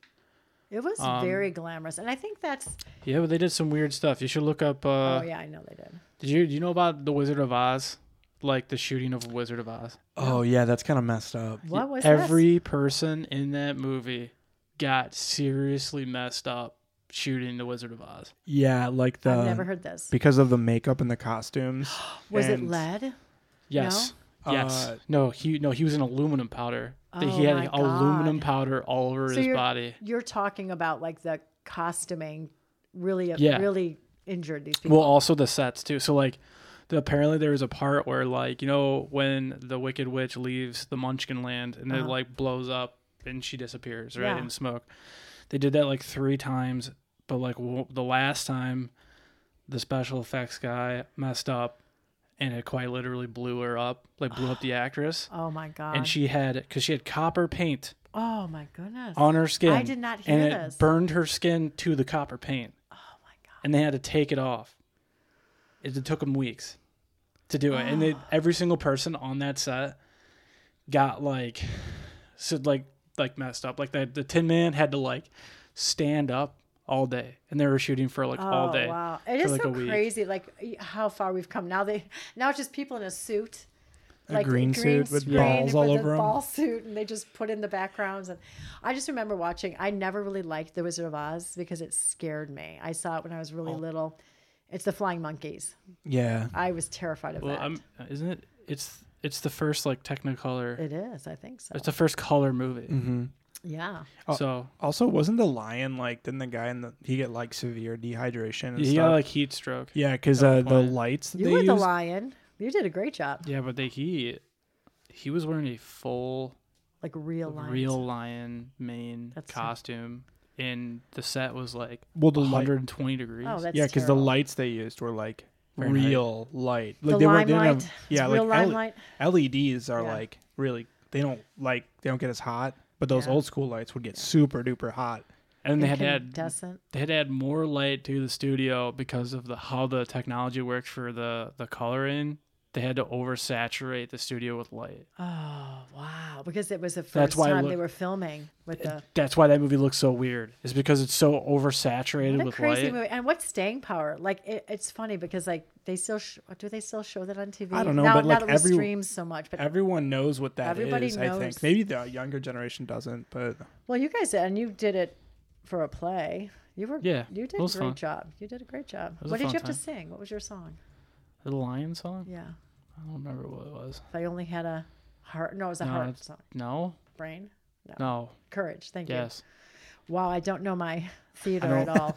[SPEAKER 1] It was
[SPEAKER 3] um,
[SPEAKER 1] very glamorous, and I think that's.
[SPEAKER 3] Yeah, but they did some weird stuff. You should look up. Uh,
[SPEAKER 1] oh yeah, I Oh, know they did.
[SPEAKER 3] Did you do you know about the Wizard of Oz? like the shooting of Wizard of Oz.
[SPEAKER 4] Oh yeah, that's kind of messed up.
[SPEAKER 1] What was this?
[SPEAKER 3] Every person in that movie got seriously messed up shooting the Wizard of Oz.
[SPEAKER 4] Yeah, like the
[SPEAKER 1] I've never heard this.
[SPEAKER 4] because of the makeup and the costumes.
[SPEAKER 1] Was it
[SPEAKER 4] and-
[SPEAKER 1] lead?
[SPEAKER 3] Yes. Yes.
[SPEAKER 4] Uh,
[SPEAKER 3] no, he no, he was in aluminum powder. That
[SPEAKER 1] Oh
[SPEAKER 3] he had
[SPEAKER 1] my
[SPEAKER 3] aluminum
[SPEAKER 1] God.
[SPEAKER 3] powder all over
[SPEAKER 1] So
[SPEAKER 3] his
[SPEAKER 1] you're-
[SPEAKER 3] body.
[SPEAKER 1] You're talking about like the costuming really
[SPEAKER 3] Yeah.
[SPEAKER 1] really injured these people.
[SPEAKER 3] Well, also the sets too. So like, the, apparently there was a part where like you know when the Wicked Witch leaves the Munchkin Land and it like blows up and she disappears right
[SPEAKER 1] Uh-huh. Yeah.
[SPEAKER 3] in smoke. They did that like three times, but like w- the last time, the special effects guy messed up, and it quite literally blew her up, like blew up the actress,
[SPEAKER 1] oh my god.
[SPEAKER 3] and she had because she had copper paint
[SPEAKER 1] oh my goodness.
[SPEAKER 3] on her skin.
[SPEAKER 1] I did not hear
[SPEAKER 3] and
[SPEAKER 1] this.
[SPEAKER 3] it burned her skin to the copper paint. Oh my god! And they had to take it off. It, it took them weeks to do it, and they, every single person on that set got like, so like like messed up. Like the the Tin Man had to like stand up all day, and they were shooting for like all
[SPEAKER 1] Oh,
[SPEAKER 3] day.
[SPEAKER 1] Wow, it
[SPEAKER 3] for,
[SPEAKER 1] is
[SPEAKER 3] like,
[SPEAKER 1] so
[SPEAKER 3] a week.
[SPEAKER 1] crazy. Like how far we've come now. They now it's just people in a suit,
[SPEAKER 4] A green suit with
[SPEAKER 1] screen
[SPEAKER 4] balls all
[SPEAKER 1] with a
[SPEAKER 4] over 'em.
[SPEAKER 1] Ball suit, and they just put in the backgrounds. And I just remember watching. I never really liked The Wizard of Oz because it scared me. I saw it when I was really
[SPEAKER 3] Oh.
[SPEAKER 1] little. It's the flying monkeys.
[SPEAKER 4] yeah.
[SPEAKER 1] I was terrified of
[SPEAKER 3] Well,
[SPEAKER 1] that.
[SPEAKER 3] I'm, isn't it? It's it's the first like Technicolor.
[SPEAKER 1] It is, I think so.
[SPEAKER 3] it's the first color movie.
[SPEAKER 2] Mm.
[SPEAKER 4] Mm-hmm.
[SPEAKER 1] yeah.
[SPEAKER 3] So
[SPEAKER 4] Also, wasn't the lion like? Didn't the guy in the he get like severe dehydration? And
[SPEAKER 3] he
[SPEAKER 4] stuff?
[SPEAKER 3] got like heat stroke.
[SPEAKER 4] yeah, because uh,
[SPEAKER 3] at one
[SPEAKER 4] the
[SPEAKER 3] point.
[SPEAKER 4] lights that
[SPEAKER 1] You
[SPEAKER 4] they
[SPEAKER 1] were
[SPEAKER 4] used.
[SPEAKER 1] the lion. You did a great job.
[SPEAKER 3] Yeah, but they he he was wearing a full
[SPEAKER 1] Like real lions.
[SPEAKER 3] real lion mane
[SPEAKER 1] That's-
[SPEAKER 3] costume, and the set was like
[SPEAKER 4] well, the light,
[SPEAKER 3] 120 degrees.
[SPEAKER 1] Oh, that's
[SPEAKER 4] yeah, because
[SPEAKER 1] because
[SPEAKER 4] the lights they used were like
[SPEAKER 3] Fahrenheit.
[SPEAKER 4] real light. Like
[SPEAKER 1] The
[SPEAKER 4] they weren't- they didn't
[SPEAKER 1] limelight.
[SPEAKER 4] have-
[SPEAKER 1] It's
[SPEAKER 4] yeah,
[SPEAKER 1] real
[SPEAKER 4] like L-
[SPEAKER 1] limelight.
[SPEAKER 4] LEDs are
[SPEAKER 1] Yeah.
[SPEAKER 4] like really. They don't like. They don't get as hot. But those
[SPEAKER 1] Yeah.
[SPEAKER 4] old school lights would get super duper hot.
[SPEAKER 3] and they had to add
[SPEAKER 1] incandescent.
[SPEAKER 3] they had to add more light to the studio because of the how the technology works for the the coloring. They had to oversaturate the studio with light.
[SPEAKER 1] Oh wow! Because it was the first
[SPEAKER 3] That's why it
[SPEAKER 1] time they
[SPEAKER 3] looked-
[SPEAKER 1] were filming with the
[SPEAKER 3] That's why that movie looks so weird. Is because it's so oversaturated
[SPEAKER 1] what a
[SPEAKER 3] with
[SPEAKER 1] crazy
[SPEAKER 3] light.
[SPEAKER 1] movie. And what staying power? Like it, it's funny because like they still sh- do they still show that on TV?
[SPEAKER 4] I don't know,
[SPEAKER 1] Now,
[SPEAKER 4] but,
[SPEAKER 1] now
[SPEAKER 4] like,
[SPEAKER 1] that we
[SPEAKER 4] every-
[SPEAKER 1] stream so much, but
[SPEAKER 4] Everyone knows what that is.
[SPEAKER 1] Everybody
[SPEAKER 4] I think
[SPEAKER 1] knows.
[SPEAKER 4] maybe the younger generation doesn't, but
[SPEAKER 1] well, you guys and you did it for a play. You were
[SPEAKER 3] Yeah,
[SPEAKER 1] You did
[SPEAKER 3] it
[SPEAKER 1] a
[SPEAKER 3] was
[SPEAKER 1] great
[SPEAKER 3] fun.
[SPEAKER 1] job. You did a great job.
[SPEAKER 3] was a
[SPEAKER 1] What did you
[SPEAKER 3] fun
[SPEAKER 1] have to
[SPEAKER 3] time.
[SPEAKER 1] sing? What was your song?
[SPEAKER 3] The lion song?
[SPEAKER 1] Yeah,
[SPEAKER 3] I don't remember what it was.
[SPEAKER 1] if I only had a heart. No, it was a
[SPEAKER 3] No,
[SPEAKER 1] heart
[SPEAKER 3] it's-
[SPEAKER 1] song.
[SPEAKER 3] No,
[SPEAKER 1] Brain, no,
[SPEAKER 3] no,
[SPEAKER 1] courage. Thank
[SPEAKER 3] yes.
[SPEAKER 1] you. Wow, I don't know my theater
[SPEAKER 4] I
[SPEAKER 1] at
[SPEAKER 4] don't-
[SPEAKER 1] all.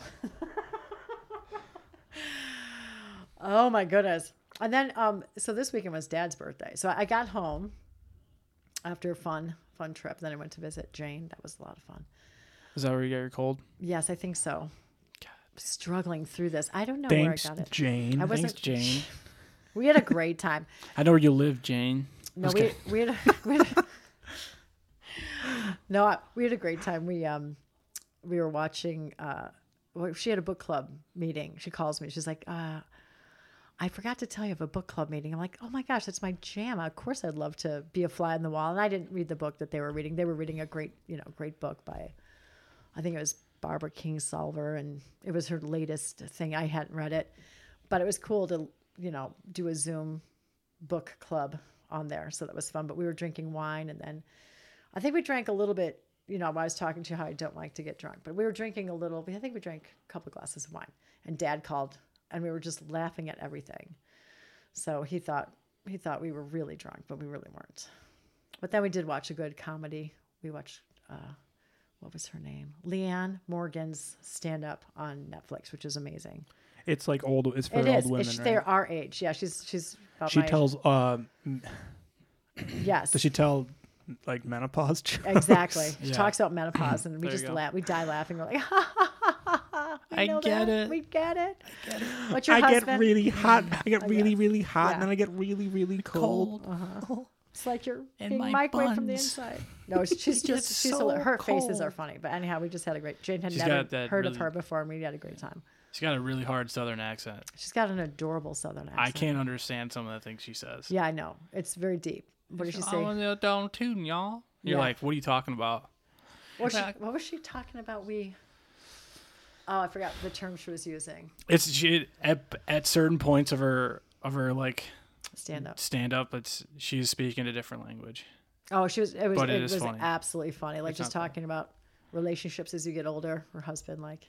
[SPEAKER 1] Oh my goodness. And then um so this weekend was dad's birthday. So I got home after a fun fun trip. Then I went to visit Jane. That was a lot of fun.
[SPEAKER 3] Is that where you got your cold?
[SPEAKER 1] Yes, I think so. Struggling through this. I don't know
[SPEAKER 4] thanks,
[SPEAKER 1] where I got it.
[SPEAKER 4] Jane.
[SPEAKER 1] I
[SPEAKER 3] Thanks,
[SPEAKER 1] wasn't
[SPEAKER 3] Jane.
[SPEAKER 1] We had a great time.
[SPEAKER 3] I know where you live, Jane.
[SPEAKER 1] No, we, we had a, we had a, No, I- we had a great time. We um we were watching uh well, she had a book club meeting. She calls me. She's like, uh I forgot to tell you of a book club meeting. I'm like, oh my gosh, that's my jam. Of course, I'd love to be a fly on the wall. And I didn't read the book that they were reading. They were reading a great, you know, great book by, I think it was Barbara Kingsolver, and it was her latest thing. I hadn't read it, but it was cool to, you know, do a Zoom book club on there. So that was fun. But we were drinking wine, and then I think we drank a little bit. You know, I was talking to you how I don't like to get drunk, but we were drinking a little. I think we drank a couple glasses of wine, and Dad called, and we were just laughing at everything. So he thought he thought we were really drunk, but we really weren't. But then we did watch a good comedy. We watched uh, what was her name? Leanne Morgan's stand up on Netflix, which is amazing.
[SPEAKER 4] It's like old. It's for
[SPEAKER 1] it
[SPEAKER 4] old
[SPEAKER 1] is.
[SPEAKER 4] women.
[SPEAKER 1] it's
[SPEAKER 4] right?
[SPEAKER 1] they're our age. Yeah, she's she's about
[SPEAKER 4] She
[SPEAKER 1] my age.
[SPEAKER 4] tells. Uh,
[SPEAKER 1] yes.
[SPEAKER 4] does she tell like menopause? jokes?
[SPEAKER 1] Exactly. She
[SPEAKER 3] Yeah.
[SPEAKER 1] talks about menopause, and we
[SPEAKER 3] There you
[SPEAKER 1] just
[SPEAKER 3] go.
[SPEAKER 1] laugh. We die laughing. We're like, ha ha ha ha.
[SPEAKER 3] I get it.
[SPEAKER 1] We get it. What's your
[SPEAKER 4] I
[SPEAKER 1] husband?
[SPEAKER 4] get really hot. I get really,
[SPEAKER 1] yes.
[SPEAKER 4] really hot,
[SPEAKER 1] Yeah.
[SPEAKER 4] and then I get really, really cold.
[SPEAKER 1] Oh. It's like you're
[SPEAKER 3] And
[SPEAKER 1] being
[SPEAKER 3] my
[SPEAKER 1] microwaved from the
[SPEAKER 3] buns.
[SPEAKER 1] inside. No, it's- she's
[SPEAKER 3] gets
[SPEAKER 1] just she's
[SPEAKER 3] so
[SPEAKER 1] hilarious. her faces are
[SPEAKER 3] cold.
[SPEAKER 1] funny, but anyhow, we just had a great. Jane had
[SPEAKER 3] She's
[SPEAKER 1] never
[SPEAKER 3] got that
[SPEAKER 1] heard of
[SPEAKER 3] really-
[SPEAKER 1] her before, and we had a great time.
[SPEAKER 3] She's got a really hard Southern accent.
[SPEAKER 1] She's got an adorable Southern accent.
[SPEAKER 3] I can't understand some of the things she says.
[SPEAKER 1] Yeah, I know. It's very deep. What did she say?
[SPEAKER 3] I'm a down tune, y'all. You're
[SPEAKER 1] Yeah.
[SPEAKER 3] like, what are you talking about?
[SPEAKER 1] What, she,
[SPEAKER 3] back.
[SPEAKER 1] what was she talking about? We. Oh, I forgot the term she was using.
[SPEAKER 3] It's she at at certain points of her of her like
[SPEAKER 1] stand up.
[SPEAKER 3] stand up, but s- she's speaking a different language.
[SPEAKER 1] Oh, she was. It was.
[SPEAKER 3] But it
[SPEAKER 1] it
[SPEAKER 3] is
[SPEAKER 1] was
[SPEAKER 3] funny.
[SPEAKER 1] absolutely funny. Like
[SPEAKER 3] It's
[SPEAKER 1] just
[SPEAKER 3] not bad.
[SPEAKER 1] talking about relationships as you get older. Her husband like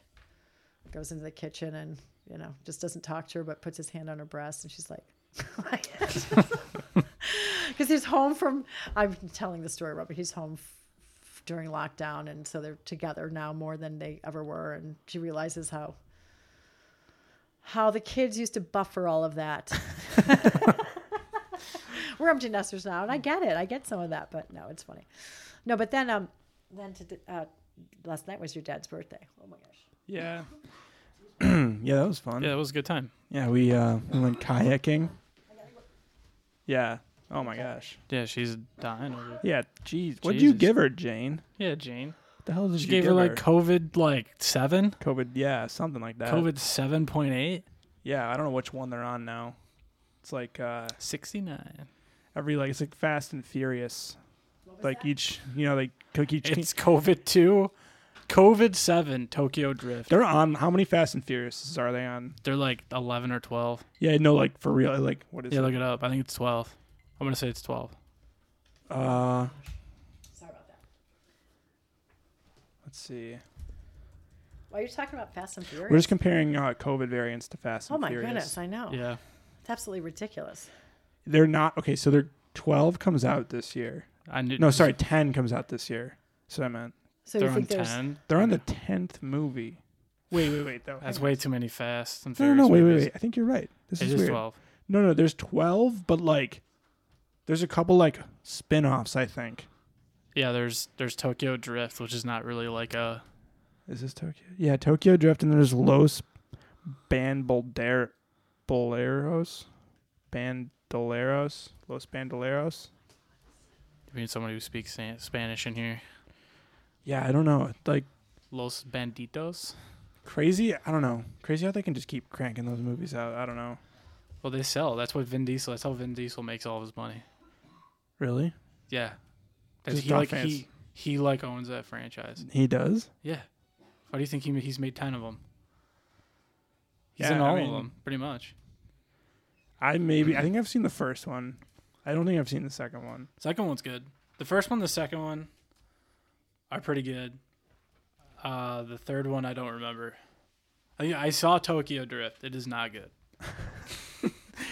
[SPEAKER 1] goes into the kitchen and you know just doesn't talk to her, but puts his hand on her breast, and she's like. Because he's home from, I'm telling the story, Robert. He's home f- f- during lockdown, and so they're together now more than they ever were. And she realizes how how the kids used to buffer all of that. We're empty nesters now,
[SPEAKER 2] Mm.
[SPEAKER 1] and I get it. I get some of that, but no, it's funny. No, but then um, then to, uh, last night was your dad's birthday. Oh my gosh.
[SPEAKER 3] Yeah,
[SPEAKER 2] Yeah, that was fun.
[SPEAKER 3] yeah, it was a good time.
[SPEAKER 2] Yeah, we uh, we went kayaking. Yeah. Oh my gosh.
[SPEAKER 3] Yeah, she's dying over. it.
[SPEAKER 2] Yeah. Jeez. What'd you
[SPEAKER 3] Jesus.
[SPEAKER 2] give her, Jane?
[SPEAKER 3] Yeah, Jane.
[SPEAKER 2] The hell did
[SPEAKER 3] She
[SPEAKER 2] you
[SPEAKER 3] gave
[SPEAKER 2] give
[SPEAKER 3] her like COVID, like seven,
[SPEAKER 2] COVID? Yeah, something like that.
[SPEAKER 3] COVID seven point eight.
[SPEAKER 2] Yeah, I don't know which one they're on now. It's like uh
[SPEAKER 3] 69.
[SPEAKER 2] every like it's like Fast and Furious. Like each, you know, like cook each.
[SPEAKER 3] It's COVID 2, COVID 7, Tokyo Drift.
[SPEAKER 2] they're on how many Fast and Furious are they on?
[SPEAKER 3] They're like 11 or 12.
[SPEAKER 2] Yeah, no, like for real. Like what is
[SPEAKER 3] Yeah, look it up. I think it's 12. I'm going to say it's 12.
[SPEAKER 2] it? Uh,
[SPEAKER 1] Sorry about that.
[SPEAKER 2] let's see.
[SPEAKER 1] Why are you talking about Fast and Furious?
[SPEAKER 2] We're just comparing uh, COVID variants to Fast
[SPEAKER 1] oh
[SPEAKER 2] and
[SPEAKER 1] my
[SPEAKER 2] Furious.
[SPEAKER 1] goodness, I know.
[SPEAKER 3] Yeah.
[SPEAKER 1] It's absolutely ridiculous.
[SPEAKER 2] They're not okay. So they're twelve comes out this year.
[SPEAKER 3] I knew.
[SPEAKER 2] No, sorry, ten comes out this year. So I meant
[SPEAKER 1] So
[SPEAKER 3] They're
[SPEAKER 1] you
[SPEAKER 3] on
[SPEAKER 1] think there's
[SPEAKER 3] 10.
[SPEAKER 2] they're on the tenth movie. Wait, wait, wait. Though
[SPEAKER 3] That's way too many Fast and
[SPEAKER 2] no, no, no.
[SPEAKER 3] Furious.
[SPEAKER 2] Wait, wait,
[SPEAKER 3] movies.
[SPEAKER 2] wait. I think you're right. This
[SPEAKER 3] It
[SPEAKER 2] is
[SPEAKER 3] is
[SPEAKER 2] weird.
[SPEAKER 3] 12.
[SPEAKER 2] No, no, there's 12, but like there's a couple like spin-offs, I think.
[SPEAKER 3] Yeah, there's there's Tokyo Drift, which is not really like uh, a.
[SPEAKER 2] Is this Tokyo? Yeah, Tokyo Drift and there's Los Bandoleros. Boleros? Bandoleros? Los Bandoleros?
[SPEAKER 3] We need somebody who speaks Span- Spanish in here.
[SPEAKER 2] Yeah, I don't know. Like
[SPEAKER 3] Los Banditos.
[SPEAKER 2] crazy, I don't know. Crazy how they can just keep cranking those movies out. I don't know.
[SPEAKER 3] Well, they sell. That's what Vin Diesel. That's how Vin Diesel makes all of his money.
[SPEAKER 2] Really?
[SPEAKER 3] Yeah. That's-
[SPEAKER 2] Just
[SPEAKER 3] He like,
[SPEAKER 2] offense.
[SPEAKER 3] he, he like owns that franchise.
[SPEAKER 2] He does?
[SPEAKER 3] Yeah. Why do you think he ma- he's made ten of them? He's
[SPEAKER 2] Yeah,
[SPEAKER 3] in
[SPEAKER 2] I
[SPEAKER 3] all
[SPEAKER 2] mean-
[SPEAKER 3] of them, pretty much.
[SPEAKER 2] I maybe I think I've seen the first one. I don't think I've seen the second one.
[SPEAKER 3] Second one's good. The first one, the second one, are pretty good. Uh, the third one, I don't remember. I, I saw Tokyo Drift. It is not good.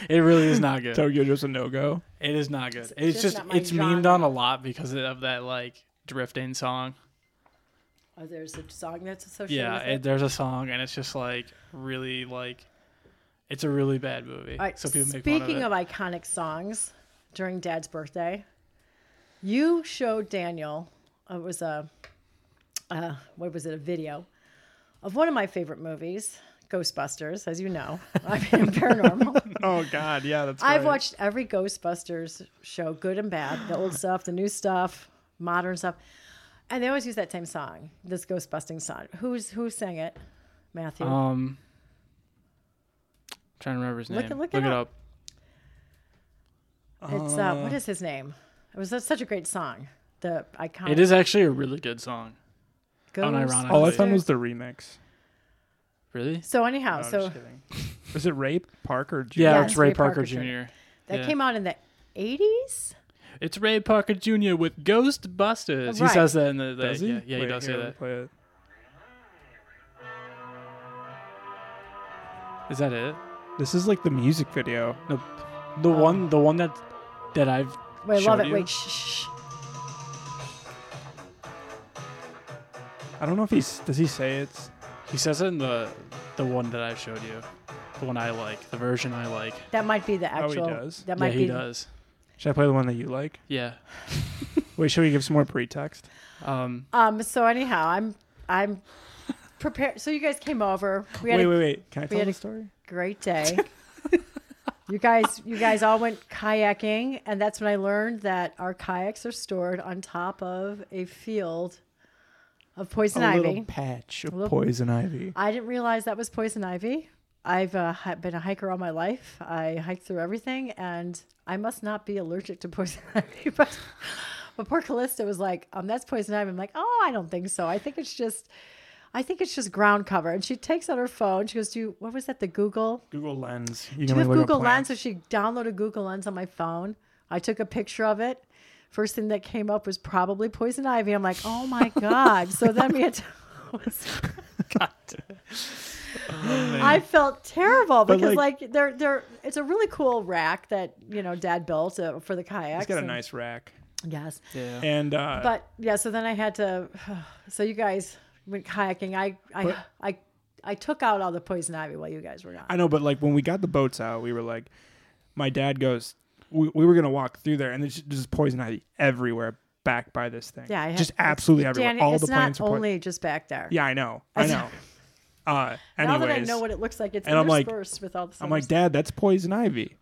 [SPEAKER 3] it really is not good.
[SPEAKER 2] Tokyo Drift's a no-go.
[SPEAKER 3] It is not good. It's,
[SPEAKER 1] just
[SPEAKER 3] just,
[SPEAKER 1] not my
[SPEAKER 3] it's memed
[SPEAKER 1] genre.
[SPEAKER 3] on a lot because of that like drifting song.
[SPEAKER 1] oh, there's a song that's associated
[SPEAKER 3] Yeah,
[SPEAKER 1] with
[SPEAKER 3] it, there's a song and it's just like really like it's a really bad movie.
[SPEAKER 1] All right.
[SPEAKER 3] so people make
[SPEAKER 1] speaking
[SPEAKER 3] fun of it.
[SPEAKER 1] of, iconic songs, during Dad's birthday, you showed Daniel. It was a, uh, what was it? A video of one of my favorite movies, Ghostbusters. As you know, I mean paranormal.
[SPEAKER 2] Oh god, yeah, that's
[SPEAKER 1] I've
[SPEAKER 2] right.
[SPEAKER 1] watched every Ghostbusters show, good and bad, the old stuff, the new stuff, modern stuff, and they always use that same song, this Ghostbusting song. Who's who sang it? Matthew.
[SPEAKER 3] Um, trying to remember his name.
[SPEAKER 1] Look
[SPEAKER 3] Look,
[SPEAKER 1] it- look it
[SPEAKER 3] it
[SPEAKER 1] up.
[SPEAKER 3] up.
[SPEAKER 1] it's uh, what is his name? It was such a great song. The iconic.
[SPEAKER 3] It is actually a really good song. unironically.
[SPEAKER 2] All I
[SPEAKER 1] Ghostbusters.
[SPEAKER 2] found was the remix.
[SPEAKER 3] Really?
[SPEAKER 1] So anyhow,
[SPEAKER 2] No, I'm
[SPEAKER 1] so
[SPEAKER 2] just kidding. Is it Rape Parker? Jr.?
[SPEAKER 3] Yeah,
[SPEAKER 1] Yeah,
[SPEAKER 3] it's Ray Parker, Jr.
[SPEAKER 1] that
[SPEAKER 3] yeah.
[SPEAKER 1] came out in the eighties.
[SPEAKER 3] It's Ray Parker Jr. with Ghostbusters. He
[SPEAKER 1] Right.
[SPEAKER 3] says that in the. the
[SPEAKER 2] Does he?
[SPEAKER 3] Yeah, yeah he
[SPEAKER 2] Wait,
[SPEAKER 3] does
[SPEAKER 2] here,
[SPEAKER 3] say
[SPEAKER 2] let me
[SPEAKER 3] that.
[SPEAKER 2] Play it.
[SPEAKER 3] Is that it?
[SPEAKER 2] This is like the music video.
[SPEAKER 3] No, the one, the one that that I've.
[SPEAKER 1] Wait, I love
[SPEAKER 3] showed
[SPEAKER 1] it.
[SPEAKER 3] you?
[SPEAKER 1] Wait, shh, shh. shh.
[SPEAKER 2] I don't know if he's. Does he say it's?
[SPEAKER 3] He says it in the the one that I showed you, the one I like, the version I like.
[SPEAKER 1] that might be the
[SPEAKER 2] Oh, he
[SPEAKER 1] actual.
[SPEAKER 2] does?
[SPEAKER 1] That
[SPEAKER 3] yeah,
[SPEAKER 1] might
[SPEAKER 3] he
[SPEAKER 1] be.
[SPEAKER 3] does.
[SPEAKER 2] Should I play the one that you like?
[SPEAKER 3] Yeah.
[SPEAKER 2] Wait, should we give some more pretext?
[SPEAKER 3] Um,
[SPEAKER 1] Um. So anyhow, I'm I'm prepared. So you guys came over. We had
[SPEAKER 2] Wait,
[SPEAKER 1] a
[SPEAKER 2] wait, wait. Can I tell
[SPEAKER 1] had
[SPEAKER 2] the
[SPEAKER 1] a-
[SPEAKER 2] story?
[SPEAKER 1] great day. you guys, you guys all went kayaking, and that's when I learned that our kayaks are stored on top of a field of poison
[SPEAKER 2] a
[SPEAKER 1] ivy.
[SPEAKER 2] little patch of
[SPEAKER 1] little-
[SPEAKER 2] poison ivy.
[SPEAKER 1] I didn't realize that was poison ivy. I've uh, hi- been a hiker all my life. I hike through everything, and I must not be allergic to poison ivy. But, but poor Callista was like, um, "That's poison ivy." I'm like, "Oh, I don't think so. I think it's just." I think it's just ground cover. And she takes out her phone. She goes, "Do you, what was that? The Google?
[SPEAKER 4] Google Lens.
[SPEAKER 1] Do you have Google Lens?" So she downloaded Google Lens on my phone. I took a picture of it. First thing that came up was probably poison ivy. I'm like, "Oh my god!" so then we had. To, I felt terrible because like, they're they're it's a really cool rack that you know Dad built uh, for the kayaks.
[SPEAKER 2] It's got a
[SPEAKER 1] and-
[SPEAKER 2] nice rack.
[SPEAKER 1] yes.
[SPEAKER 3] Yeah.
[SPEAKER 2] And uh,
[SPEAKER 1] But yeah, so then I had to. So you guys went kayaking. I I I, I took out all the poison ivy while you guys were not.
[SPEAKER 2] I know, but like when we got the boats out, we were like, my dad goes, we, we were gonna walk through there, and there's just poison ivy everywhere, back by this thing.
[SPEAKER 1] Yeah, I had-
[SPEAKER 2] just absolutely everywhere.
[SPEAKER 1] Danny,
[SPEAKER 2] All
[SPEAKER 1] it's
[SPEAKER 2] the
[SPEAKER 1] not
[SPEAKER 2] plants were poison.
[SPEAKER 1] only just back there.
[SPEAKER 2] Yeah, I know, I know. Uh,
[SPEAKER 1] Now
[SPEAKER 2] anyways,
[SPEAKER 1] that I know what it looks like, it's
[SPEAKER 2] And I'm like-
[SPEAKER 1] interspersed with all the.
[SPEAKER 2] I'm like,
[SPEAKER 1] summer-
[SPEAKER 2] Dad, that's poison ivy.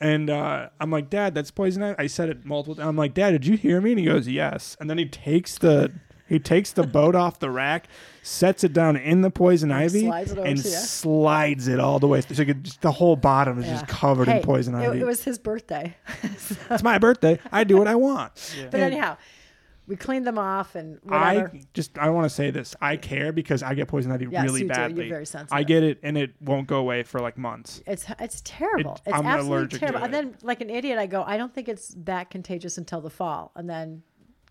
[SPEAKER 2] And uh, I'm like, Dad, that's poison ivy. I said it multiple times. I'm like, Dad, did you hear me? And he goes, Yes. And then he takes the he takes the boat off the rack, sets it down in the poison ivy,
[SPEAKER 1] slides it over to
[SPEAKER 2] and
[SPEAKER 1] you.
[SPEAKER 2] slides it all the way. through. So you could- just, the whole bottom is
[SPEAKER 1] Yeah.
[SPEAKER 2] just covered
[SPEAKER 1] Hey,
[SPEAKER 2] in poison
[SPEAKER 1] it-
[SPEAKER 2] ivy.
[SPEAKER 1] It was his birthday,
[SPEAKER 2] it's my birthday. I do what I want.
[SPEAKER 1] but anyhow, we cleaned them off and whatever.
[SPEAKER 2] I just I want to say this. I care because I get poison ivy
[SPEAKER 1] Yes,
[SPEAKER 2] really
[SPEAKER 1] you do. You're
[SPEAKER 2] badly.
[SPEAKER 1] very
[SPEAKER 2] I
[SPEAKER 1] sensitive.
[SPEAKER 2] get it, and it won't go away for like months.
[SPEAKER 1] it's it's terrible.
[SPEAKER 2] It-
[SPEAKER 1] it's
[SPEAKER 2] I'm
[SPEAKER 1] absolutely
[SPEAKER 2] allergic to
[SPEAKER 1] terrible. And
[SPEAKER 2] it.
[SPEAKER 1] then, like an idiot, I go, I don't think it's that contagious until the fall. And then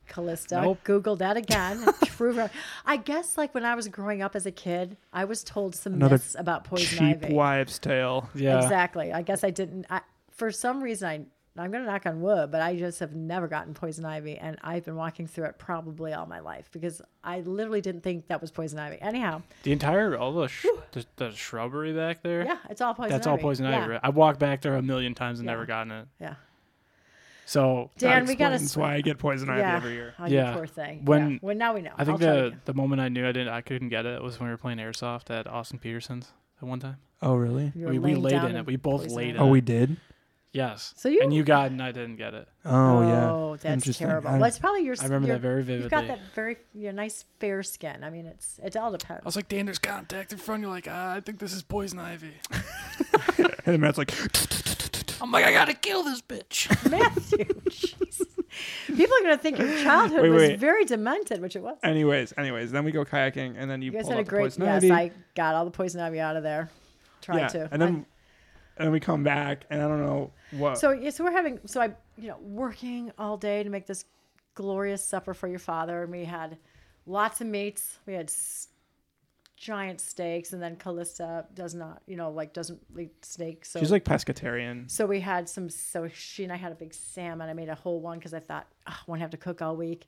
[SPEAKER 1] Callista
[SPEAKER 3] Nope.
[SPEAKER 1] Googled that again. and proved her- I guess, like when I was growing up as a kid, I was told some
[SPEAKER 2] Another
[SPEAKER 1] myths about poison
[SPEAKER 2] Cheap
[SPEAKER 1] ivy.
[SPEAKER 2] wives' tale.
[SPEAKER 3] Yeah.
[SPEAKER 1] Exactly. I guess I didn't. I, for some reason, I I'm going to knock on wood, but I just have never gotten poison ivy, and I've been walking through it probably all my life because I literally didn't think that was poison ivy. Anyhow,
[SPEAKER 3] The entire all the, sh- the the shrubbery back there.
[SPEAKER 1] yeah, it's all poison.
[SPEAKER 3] That's
[SPEAKER 1] ivy.
[SPEAKER 3] all poison
[SPEAKER 1] yeah.
[SPEAKER 3] ivy. I walked back there a million times and
[SPEAKER 1] Yeah.
[SPEAKER 3] never gotten it.
[SPEAKER 1] Yeah.
[SPEAKER 3] So
[SPEAKER 1] Dan, we got
[SPEAKER 2] That's
[SPEAKER 1] to.
[SPEAKER 2] why I get poison ivy
[SPEAKER 1] Yeah.
[SPEAKER 2] every year.
[SPEAKER 1] Oh, you
[SPEAKER 3] Yeah.
[SPEAKER 1] poor thing. When
[SPEAKER 3] When-
[SPEAKER 1] well, now we know.
[SPEAKER 3] I think
[SPEAKER 1] I'll try
[SPEAKER 3] the
[SPEAKER 1] again.
[SPEAKER 3] the moment I knew I didn't I couldn't get it was when we were playing airsoft at Austin Peterson's at one time.
[SPEAKER 4] Oh, really?
[SPEAKER 1] You were
[SPEAKER 3] We, we
[SPEAKER 1] laying
[SPEAKER 3] laid
[SPEAKER 1] down
[SPEAKER 3] in it. We both
[SPEAKER 1] poison
[SPEAKER 3] laid in
[SPEAKER 1] ivy.
[SPEAKER 4] Oh,
[SPEAKER 3] it.
[SPEAKER 4] we did.
[SPEAKER 3] Yes.
[SPEAKER 1] So you-
[SPEAKER 3] and you got it and I didn't get it.
[SPEAKER 4] Oh,
[SPEAKER 1] Oh,
[SPEAKER 4] yeah.
[SPEAKER 1] that's
[SPEAKER 4] Interesting.
[SPEAKER 1] terrible.
[SPEAKER 4] I-
[SPEAKER 1] Well, it's probably your.
[SPEAKER 3] I remember
[SPEAKER 1] your,
[SPEAKER 3] that very
[SPEAKER 1] You've got
[SPEAKER 3] vividly.
[SPEAKER 1] that very your nice fair skin. I mean, it's it all depends.
[SPEAKER 5] I was like, Dan, there's contact in front. You're like,
[SPEAKER 3] "Uh,
[SPEAKER 5] ah, I think this is poison ivy.
[SPEAKER 2] And Matt's like,
[SPEAKER 5] I'm like, I gotta kill this bitch.
[SPEAKER 3] Oh.
[SPEAKER 1] Matthew, Jesus. people are going to think your childhood
[SPEAKER 2] Wait,
[SPEAKER 1] was
[SPEAKER 2] wait.
[SPEAKER 1] very demented, which it was.
[SPEAKER 2] anyways, anyways. Then we go kayaking, and then you,
[SPEAKER 1] You guys
[SPEAKER 2] pulled
[SPEAKER 1] had
[SPEAKER 2] out
[SPEAKER 1] a
[SPEAKER 2] the
[SPEAKER 1] great.
[SPEAKER 2] poison
[SPEAKER 1] Yes,
[SPEAKER 2] ivy.
[SPEAKER 1] I got all the poison ivy out of there. Tried
[SPEAKER 2] yeah,
[SPEAKER 1] to.
[SPEAKER 2] and then and then we come back, and I don't know
[SPEAKER 1] I-
[SPEAKER 2] what.
[SPEAKER 1] so yeah, so we're having so I you know working all day to make this glorious supper for your father, and we had lots of meats. We had s- giant steaks, and then Callista does not you know like doesn't eat steaks. So
[SPEAKER 2] she's like pescatarian.
[SPEAKER 1] So we had some. So she and I had a big salmon. I made a whole one because I thought "Ugh, I won't have to cook all week.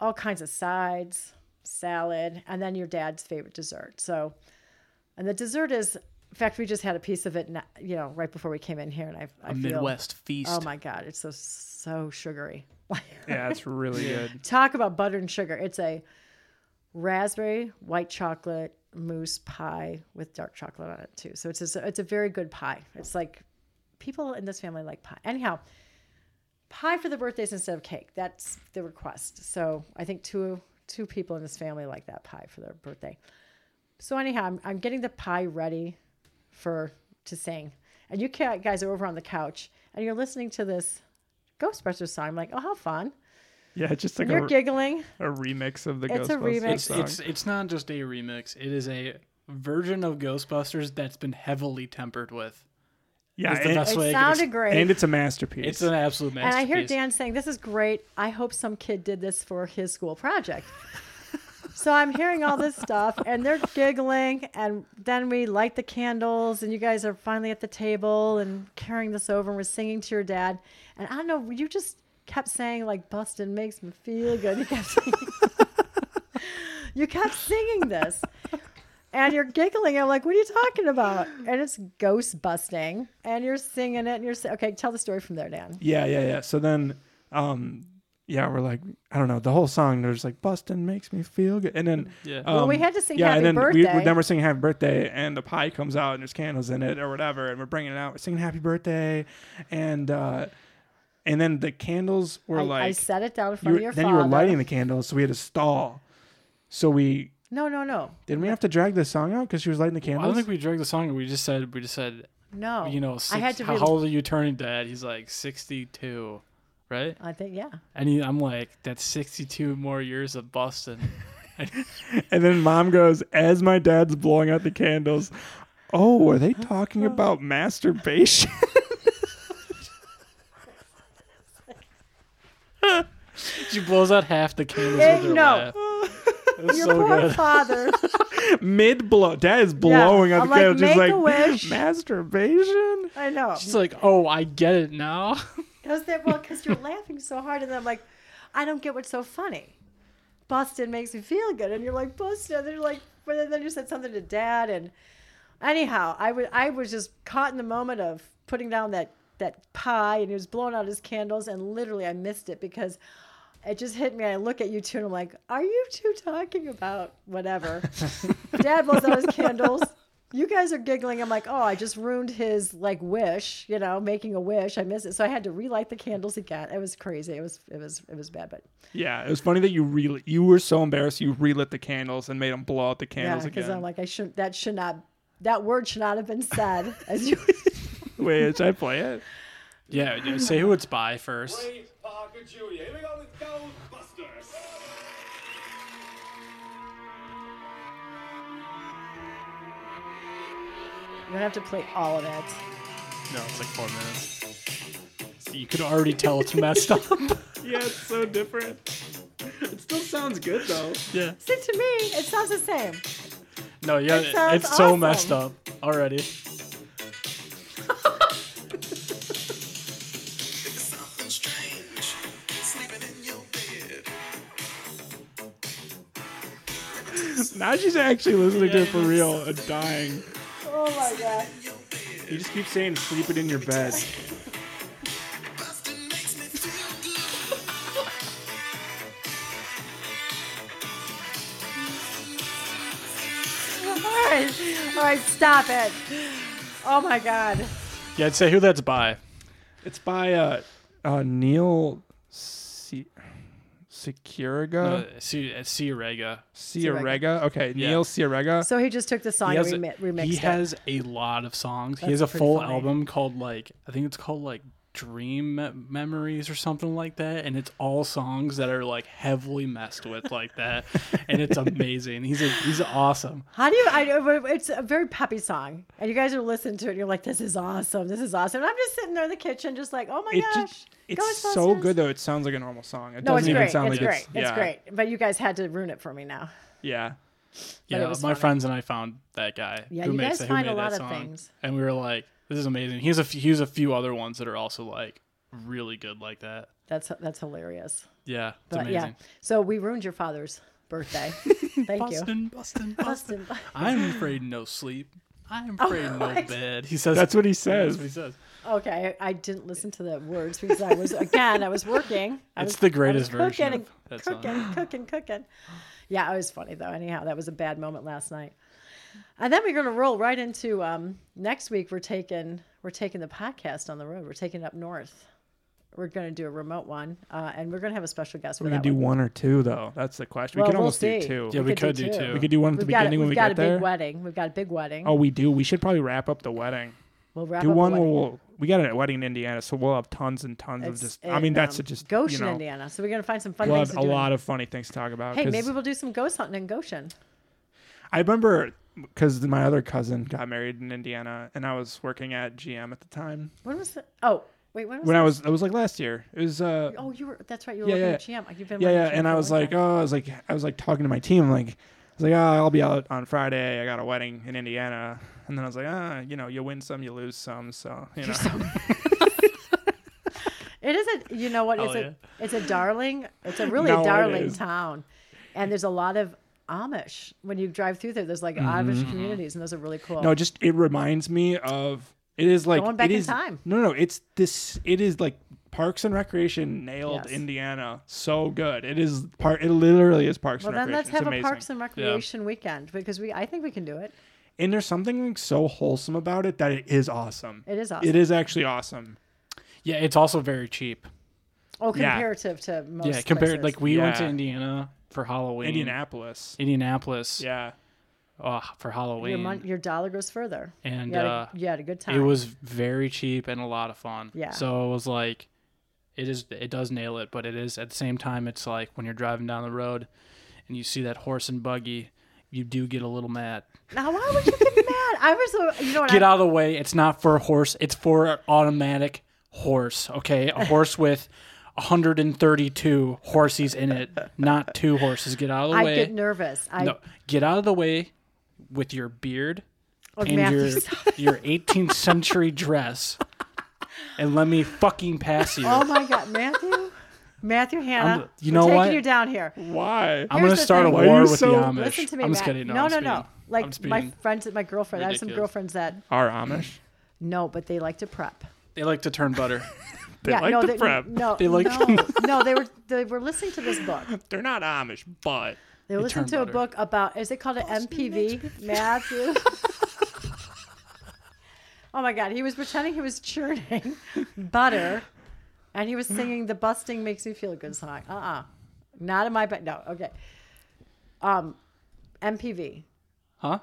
[SPEAKER 1] All kinds of sides, salad, and then your dad's favorite dessert. So, and the dessert is. In fact, we just had a piece of it, na- you know, right before we came in here, and I, I
[SPEAKER 3] A
[SPEAKER 1] feel,
[SPEAKER 3] Midwest feast.
[SPEAKER 1] Oh my God, it's so so sugary.
[SPEAKER 2] Yeah, it's really good.
[SPEAKER 1] Talk about butter and sugar. It's a raspberry white chocolate mousse pie with dark chocolate on it too. So it's just, it's a very good pie. It's like people in this family like pie. Anyhow, pie for the birthdays instead of cake. That's the request. So I think two two people in this family like that pie for their birthday. So anyhow, I'm, I'm getting the pie ready for to sing, and you ca- guys are over on the couch and you're listening to this Ghostbusters song. I'm like, oh, how fun!
[SPEAKER 2] Yeah, it's just like
[SPEAKER 1] You're
[SPEAKER 2] a,
[SPEAKER 1] giggling.
[SPEAKER 2] a remix of the
[SPEAKER 1] It's a
[SPEAKER 2] Ghostbusters
[SPEAKER 1] remix.
[SPEAKER 3] It's
[SPEAKER 2] song.
[SPEAKER 3] it's it's not just a remix. It is a version of Ghostbusters that's been heavily tempered with.
[SPEAKER 2] yeah,
[SPEAKER 3] it's the
[SPEAKER 2] and,
[SPEAKER 3] best- That's what
[SPEAKER 1] It
[SPEAKER 3] I could
[SPEAKER 1] sounded
[SPEAKER 3] ex-
[SPEAKER 1] great.
[SPEAKER 2] and it's a masterpiece.
[SPEAKER 3] It's an absolute
[SPEAKER 1] and I
[SPEAKER 3] masterpiece.
[SPEAKER 1] hear Dan saying, "This is great. I hope some kid did this for his school project." so I'm hearing all this stuff, and they're giggling, and then we light the candles, and you guys are finally at the table and carrying this over, and we're singing to your dad, and I don't know, you just kept saying like "Bustin' makes me feel good." You kept singing, you kept singing this. And you're giggling. I'm like, what are you talking about? And it's ghost busting. And you're singing it. And you're sa- okay. Tell the story from there, Dan.
[SPEAKER 2] yeah, yeah, yeah. So then, um, yeah, we're like, I don't know, the whole song. There's like, Bustin' makes me feel good, and then
[SPEAKER 3] Yeah.
[SPEAKER 2] um,
[SPEAKER 1] Well, we had to sing
[SPEAKER 2] yeah,
[SPEAKER 1] Happy
[SPEAKER 2] and then We,
[SPEAKER 1] Birthday.
[SPEAKER 2] we, then we're singing Happy Birthday, and the pie comes out, and there's candles in it or whatever, and we're bringing it out. We're singing Happy Birthday, and uh, and then the candles were
[SPEAKER 1] I,
[SPEAKER 2] like,
[SPEAKER 1] I set it down in
[SPEAKER 2] you
[SPEAKER 1] front
[SPEAKER 2] were-
[SPEAKER 1] of your
[SPEAKER 2] then
[SPEAKER 1] father.
[SPEAKER 2] you were lighting the candles, so we had to stall. So we
[SPEAKER 1] No, no, no,
[SPEAKER 2] didn't we have to drag the song out because she was lighting the
[SPEAKER 3] I don't
[SPEAKER 2] candles.
[SPEAKER 3] think we dragged the song. We just said we just said
[SPEAKER 1] no.
[SPEAKER 3] you know six,
[SPEAKER 1] Oh, I had to.
[SPEAKER 3] how
[SPEAKER 1] Re-
[SPEAKER 3] old are you turning, Dad? He's like sixty two, right?
[SPEAKER 1] I think yeah.
[SPEAKER 3] And he, I'm like that's sixty two more years of busting.
[SPEAKER 2] And then mom goes, as my dad's blowing out the candles, oh, are they talking about masturbation?
[SPEAKER 3] She blows out half the candles with
[SPEAKER 1] Hey,
[SPEAKER 3] her
[SPEAKER 1] no.
[SPEAKER 3] laugh. That's
[SPEAKER 1] Your
[SPEAKER 3] so
[SPEAKER 1] poor
[SPEAKER 3] good.
[SPEAKER 1] father.
[SPEAKER 2] Mid blow. Dad is blowing out
[SPEAKER 1] I'm
[SPEAKER 2] the
[SPEAKER 1] like,
[SPEAKER 2] candles.
[SPEAKER 1] "Make a
[SPEAKER 2] Just
[SPEAKER 1] wish."
[SPEAKER 2] like, masturbation?
[SPEAKER 1] I know.
[SPEAKER 3] She's like, oh, I get it now.
[SPEAKER 1] Because that well, because you're laughing so hard, and I'm like, I don't get what's so funny. Boston makes me feel good, and you're like Boston. And they're like, but then- then you said something to Dad, and anyhow, I was I was just caught in the moment of putting down that that pie, and he was blowing out his candles, and literally I missed it because. It just hit me. I look at you two and I'm like, are you two talking about whatever? Dad blows out his candles. You guys are giggling. I'm like, oh, I just ruined his like wish, you know, making a wish. I missed it, so I had to relight the candles again. It was crazy. It was it was it was bad, but
[SPEAKER 2] Yeah, it was funny that you relit. You were so embarrassed you relit the candles and made them blow out the
[SPEAKER 1] yeah,
[SPEAKER 2] candles
[SPEAKER 1] because
[SPEAKER 2] again,
[SPEAKER 1] I'm like, I should that should not that word should not have been said. As you,
[SPEAKER 2] which I play it.
[SPEAKER 3] yeah, yeah, say who it's by first.
[SPEAKER 6] Ray Parker Jr. Here we go with Ghostbusters.
[SPEAKER 1] you don't have to play all of it.
[SPEAKER 3] No, it's like four minutes. So you could already tell it's messed up.
[SPEAKER 2] Yeah, it's so different. It still sounds good though.
[SPEAKER 1] See, to me, it sounds the same.
[SPEAKER 3] No, yeah,
[SPEAKER 1] It sounds
[SPEAKER 3] it's so
[SPEAKER 1] awesome.
[SPEAKER 3] messed up already.
[SPEAKER 6] Something strange. Sleeping in your bed.
[SPEAKER 2] Now she's actually listening to it for real and dying.
[SPEAKER 1] Oh my god!
[SPEAKER 2] You just keep saying sleep it in your bed.
[SPEAKER 6] Bustin' makes me feel good.
[SPEAKER 1] All right, all right, stop it. Oh my god!
[SPEAKER 3] Yeah, I'd say who that's by.
[SPEAKER 2] It's by uh, uh Neil C-
[SPEAKER 3] Uh,
[SPEAKER 2] Securiga.
[SPEAKER 3] C- uh, Ciarega.
[SPEAKER 2] Ciarega. Okay,
[SPEAKER 3] Yeah.
[SPEAKER 2] Neil Ciarega.
[SPEAKER 1] So he just took the song
[SPEAKER 3] He
[SPEAKER 1] and
[SPEAKER 3] has,
[SPEAKER 1] remi- remixed
[SPEAKER 3] he
[SPEAKER 1] it.
[SPEAKER 3] has a lot of songs. he
[SPEAKER 1] That's
[SPEAKER 3] has a
[SPEAKER 1] pretty
[SPEAKER 3] full
[SPEAKER 1] funny.
[SPEAKER 3] album called like I think it's called like Dream Mem- Memories or something like that, and it's all songs that are like heavily messed with like that, and it's amazing. He's a, he's awesome.
[SPEAKER 1] How do you? I, know- it's a very peppy song, and you guys are listening to it. and You're like, "This is awesome! This is awesome!" And I'm just sitting there in the kitchen, just like, "Oh my
[SPEAKER 2] It
[SPEAKER 1] gosh!"
[SPEAKER 2] just, it's so
[SPEAKER 1] Ghostbusters.
[SPEAKER 2] good though. It sounds like a normal song. It
[SPEAKER 1] No, it's
[SPEAKER 2] doesn't even
[SPEAKER 1] great. It's
[SPEAKER 2] sound
[SPEAKER 1] great.
[SPEAKER 2] like
[SPEAKER 1] It's,
[SPEAKER 2] yeah,
[SPEAKER 1] great. But you guys had to ruin it for me now.
[SPEAKER 2] Yeah.
[SPEAKER 1] it
[SPEAKER 3] Yeah, my
[SPEAKER 1] was funny.
[SPEAKER 3] friends and I found that guy
[SPEAKER 1] Yeah,
[SPEAKER 3] who
[SPEAKER 1] you
[SPEAKER 3] makes
[SPEAKER 1] guys
[SPEAKER 3] it, who
[SPEAKER 1] find
[SPEAKER 3] made
[SPEAKER 1] a lot
[SPEAKER 3] that
[SPEAKER 1] of
[SPEAKER 3] song,
[SPEAKER 1] things.
[SPEAKER 3] and we were like, "This is amazing." He has a f- he has a few other ones that are also like really good like that.
[SPEAKER 1] That's that's hilarious.
[SPEAKER 3] Yeah, it's
[SPEAKER 1] But
[SPEAKER 3] amazing.
[SPEAKER 1] yeah, so we ruined your father's birthday. Thank you.
[SPEAKER 3] Bustin', bustin', bustin'.
[SPEAKER 1] Bustin'. Oh,
[SPEAKER 3] I'm afraid no sleep. I'm afraid no
[SPEAKER 1] right.
[SPEAKER 3] bed. He says
[SPEAKER 2] That's what he
[SPEAKER 3] That's
[SPEAKER 2] says.
[SPEAKER 3] what he says.
[SPEAKER 1] Okay, I, I didn't listen to the words because I was again I was working. I
[SPEAKER 3] It's
[SPEAKER 1] was-
[SPEAKER 3] the
[SPEAKER 1] I was
[SPEAKER 3] greatest version
[SPEAKER 1] cooking
[SPEAKER 3] of
[SPEAKER 1] and
[SPEAKER 3] that
[SPEAKER 1] cooking,
[SPEAKER 3] song.
[SPEAKER 1] and cooking, cooking. Yeah, it was funny though. Anyhow, that was a bad moment last night. And then we're going to roll right into um, next week. We're taking we're taking the podcast on the road. We're taking it up north. We're going to do a remote one, uh, and we're going to have a special guest. For
[SPEAKER 2] We're
[SPEAKER 1] that
[SPEAKER 2] gonna do
[SPEAKER 1] one.
[SPEAKER 2] one or two though. That's the question.
[SPEAKER 1] Well,
[SPEAKER 2] we can
[SPEAKER 1] we'll
[SPEAKER 2] almost do
[SPEAKER 1] see.
[SPEAKER 2] two.
[SPEAKER 3] Yeah, we, could, do, two.
[SPEAKER 2] We could do one at the
[SPEAKER 1] We've got,
[SPEAKER 2] beginning
[SPEAKER 1] a,
[SPEAKER 2] when
[SPEAKER 1] we've
[SPEAKER 2] we
[SPEAKER 1] got
[SPEAKER 2] get
[SPEAKER 1] a
[SPEAKER 2] there.
[SPEAKER 1] big wedding. We've got a big wedding.
[SPEAKER 2] Oh, we do. We should probably wrap up the wedding.
[SPEAKER 1] we'll wrap
[SPEAKER 2] do
[SPEAKER 1] up the
[SPEAKER 2] one where
[SPEAKER 1] wedding.
[SPEAKER 2] we'll we got a wedding in Indiana, so we'll have tons and tons
[SPEAKER 1] It's
[SPEAKER 2] of just. I
[SPEAKER 1] in,
[SPEAKER 2] mean, that's
[SPEAKER 1] um,
[SPEAKER 2] just
[SPEAKER 1] Goshen,
[SPEAKER 2] you know,
[SPEAKER 1] Indiana. So we're going to find some fun
[SPEAKER 2] We'll
[SPEAKER 1] things
[SPEAKER 2] have
[SPEAKER 1] to
[SPEAKER 2] a
[SPEAKER 1] do. in-
[SPEAKER 2] lot of funny things to talk about.
[SPEAKER 1] hey,
[SPEAKER 2] 'cause
[SPEAKER 1] maybe we'll do some ghost hunting in Goshen.
[SPEAKER 2] I remember because my other cousin got married in Indiana, and I was working at GM at the time.
[SPEAKER 1] When was the? Oh, wait, when was
[SPEAKER 2] When
[SPEAKER 1] that?
[SPEAKER 2] I was, it was like last year. It was uh,
[SPEAKER 1] Oh, you were. That's right. You were
[SPEAKER 2] Yeah,
[SPEAKER 1] working
[SPEAKER 2] yeah.
[SPEAKER 1] at GM. You've been
[SPEAKER 2] yeah,
[SPEAKER 1] working
[SPEAKER 2] yeah.
[SPEAKER 1] at GM
[SPEAKER 2] And
[SPEAKER 1] for
[SPEAKER 2] I
[SPEAKER 1] a
[SPEAKER 2] was
[SPEAKER 1] long
[SPEAKER 2] like,
[SPEAKER 1] time.
[SPEAKER 2] oh, I was like, I was like talking to my team, like, I was like, oh, I'll be out on Friday. I got a wedding in Indiana, and then I was like, ah, you know, you win some, you lose some, so you know.
[SPEAKER 1] It is a you know what it's
[SPEAKER 3] Hell
[SPEAKER 1] a it's a darling it's a really
[SPEAKER 2] No, it
[SPEAKER 1] darling
[SPEAKER 2] is.
[SPEAKER 1] town, and there's a lot of Amish when you drive through there. There's like
[SPEAKER 3] Mm-hmm,
[SPEAKER 1] Amish communities, and those are really cool.
[SPEAKER 2] No, it just it reminds me of it is like
[SPEAKER 1] Going back
[SPEAKER 2] it
[SPEAKER 1] in
[SPEAKER 2] is-
[SPEAKER 1] time.
[SPEAKER 2] No, no, it's this. It is like Parks and Recreation nailed
[SPEAKER 1] Yes.
[SPEAKER 2] Indiana so good. It is part. It literally is Parks
[SPEAKER 1] well,
[SPEAKER 2] and
[SPEAKER 1] then
[SPEAKER 2] Recreation.
[SPEAKER 1] let's have
[SPEAKER 2] it's
[SPEAKER 1] a
[SPEAKER 2] amazing.
[SPEAKER 1] Parks and Recreation weekend because we I think we can do it.
[SPEAKER 2] and there's something like so wholesome about it that it is awesome.
[SPEAKER 1] It is awesome.
[SPEAKER 2] It is actually awesome.
[SPEAKER 3] Yeah, it's also very cheap.
[SPEAKER 1] Oh,
[SPEAKER 2] Yeah.
[SPEAKER 1] comparative to most.
[SPEAKER 3] yeah, compared
[SPEAKER 1] places.
[SPEAKER 3] like we went to
[SPEAKER 2] Yeah.
[SPEAKER 3] Indiana for Halloween.
[SPEAKER 2] Indianapolis.
[SPEAKER 3] Indianapolis.
[SPEAKER 2] Yeah.
[SPEAKER 3] uh, for Halloween.
[SPEAKER 1] your mon- your dollar goes further.
[SPEAKER 3] and
[SPEAKER 1] you, had
[SPEAKER 3] uh,
[SPEAKER 1] a, you had a good time.
[SPEAKER 3] it was very cheap and a lot of fun.
[SPEAKER 1] Yeah.
[SPEAKER 3] So it was like, it is it does nail it, but it is at the same time it's like when you're driving down the road, and you see that horse and buggy, you do get a little mad.
[SPEAKER 1] Now, why would you get mad? I was, so you know what?
[SPEAKER 3] Get
[SPEAKER 1] I,
[SPEAKER 3] out of the way. It's not for a horse. It's for an automatic horse. Okay, a horse with 132 horses in it, not two horses. Get out of the
[SPEAKER 1] I
[SPEAKER 3] way.
[SPEAKER 1] get nervous. I
[SPEAKER 3] no, get out of the way with your beard
[SPEAKER 1] of
[SPEAKER 3] and your
[SPEAKER 1] Matthew's-
[SPEAKER 3] your 18th century dress, and let me fucking pass you.
[SPEAKER 1] Oh my God, Matthew, Matthew Hannah.
[SPEAKER 3] I'm- you
[SPEAKER 1] we're
[SPEAKER 3] know
[SPEAKER 1] taking
[SPEAKER 3] what?
[SPEAKER 1] you down here.
[SPEAKER 2] Why?
[SPEAKER 1] Here's
[SPEAKER 3] I'm gonna
[SPEAKER 1] the
[SPEAKER 3] start a
[SPEAKER 1] thing.
[SPEAKER 2] Why are
[SPEAKER 3] war
[SPEAKER 2] you
[SPEAKER 3] with
[SPEAKER 2] so-
[SPEAKER 3] the Amish.
[SPEAKER 1] Listen to me,
[SPEAKER 3] I'm just
[SPEAKER 1] Matt.
[SPEAKER 3] kidding. No,
[SPEAKER 1] no,
[SPEAKER 3] I'm
[SPEAKER 1] no,
[SPEAKER 3] just
[SPEAKER 1] no.
[SPEAKER 3] kidding. I'm
[SPEAKER 1] Like
[SPEAKER 3] just
[SPEAKER 1] my
[SPEAKER 3] being-
[SPEAKER 1] friends, my girlfriend. I have some
[SPEAKER 7] Ridiculous.
[SPEAKER 1] girlfriends that
[SPEAKER 2] Are Amish?
[SPEAKER 1] no, but they like to prep.
[SPEAKER 3] they like to turn butter.
[SPEAKER 2] They
[SPEAKER 1] yeah,
[SPEAKER 2] like
[SPEAKER 1] no,
[SPEAKER 2] to
[SPEAKER 1] they,
[SPEAKER 2] prep.
[SPEAKER 1] No,
[SPEAKER 3] They like-
[SPEAKER 1] no, no. They were they were listening to this book.
[SPEAKER 2] They're not Amish, but
[SPEAKER 1] They were listening
[SPEAKER 3] turned
[SPEAKER 1] to a
[SPEAKER 3] butter.
[SPEAKER 1] book about is it called an MPV, Matthew? oh my God, he was pretending he was churning butter, and he was singing the "Busting Makes Me Feel Good" song. Uh uh not in my bed. No, okay. Um, MPV
[SPEAKER 3] Huh?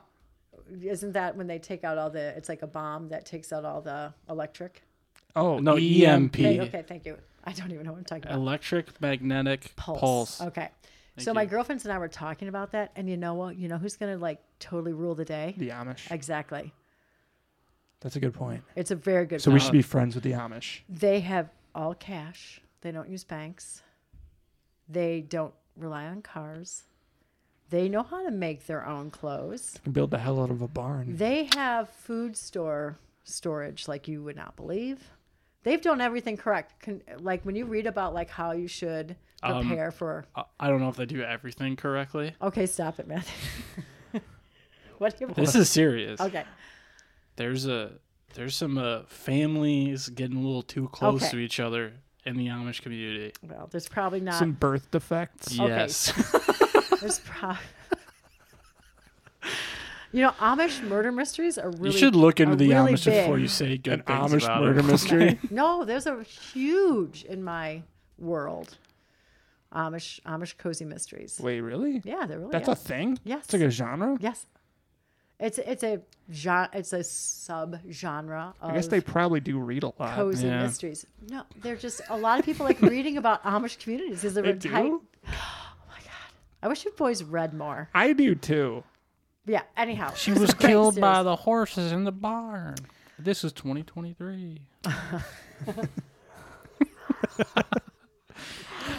[SPEAKER 1] isn't that when they take out all the? It's like a bomb that takes out all the electric.
[SPEAKER 2] oh
[SPEAKER 3] No, EMP.
[SPEAKER 1] Okay, okay, thank you. I don't even know what I'm talking about.
[SPEAKER 3] Electric magnetic pulse.
[SPEAKER 1] pulse. Okay. so my
[SPEAKER 3] you.
[SPEAKER 1] girlfriends and I were talking about that, and you know what? You know who's gonna like totally rule the day?
[SPEAKER 2] The Amish.
[SPEAKER 1] Exactly.
[SPEAKER 2] That's a good point.
[SPEAKER 1] It's a very good.
[SPEAKER 2] So we should be friends with the Amish.
[SPEAKER 1] they have all cash. They don't use banks. They don't rely on cars. They know how to make their own clothes.
[SPEAKER 2] We can build the hell out of a barn.
[SPEAKER 1] They have food store storage like you would not believe. They've done everything correct. Con- like when you read about like how you should
[SPEAKER 2] Um,
[SPEAKER 1] prepare for.
[SPEAKER 3] I- I don't know if they do everything correctly.
[SPEAKER 1] Okay, stop it, Matthew. what do you?
[SPEAKER 3] This is serious.
[SPEAKER 1] Okay.
[SPEAKER 3] There's a there's some uh, families getting a little too close
[SPEAKER 1] Okay.
[SPEAKER 3] to each other in the Amish community.
[SPEAKER 1] Well, there's probably not.
[SPEAKER 2] Some birth defects.
[SPEAKER 3] Yes.
[SPEAKER 1] There's pro- you know, Amish murder mysteries are really.
[SPEAKER 3] you should look into
[SPEAKER 1] are
[SPEAKER 3] the
[SPEAKER 1] really
[SPEAKER 3] Amish
[SPEAKER 1] big.
[SPEAKER 3] before you say good
[SPEAKER 2] An
[SPEAKER 3] things
[SPEAKER 2] Amish
[SPEAKER 3] about
[SPEAKER 2] murder
[SPEAKER 3] them.
[SPEAKER 2] mystery.
[SPEAKER 1] No, there's a huge in my world. Amish Amish cozy mysteries.
[SPEAKER 2] Wait, really?
[SPEAKER 1] Yeah, they're really.
[SPEAKER 2] That's
[SPEAKER 1] are.
[SPEAKER 2] a thing?
[SPEAKER 1] Yes.
[SPEAKER 2] It's like a genre?
[SPEAKER 1] yes. It's it's a genre. It's a sub genre. Of
[SPEAKER 2] I guess they probably do read a lot.
[SPEAKER 1] cozy
[SPEAKER 3] Yeah.
[SPEAKER 1] mysteries. No, they're just a lot of people like reading about Amish communities. Is there a
[SPEAKER 2] do?
[SPEAKER 1] type? Oh my god! I wish you boys read more.
[SPEAKER 2] I do too.
[SPEAKER 1] Yeah. Anyhow,
[SPEAKER 3] She was killed by the horses in the barn. This is 2023.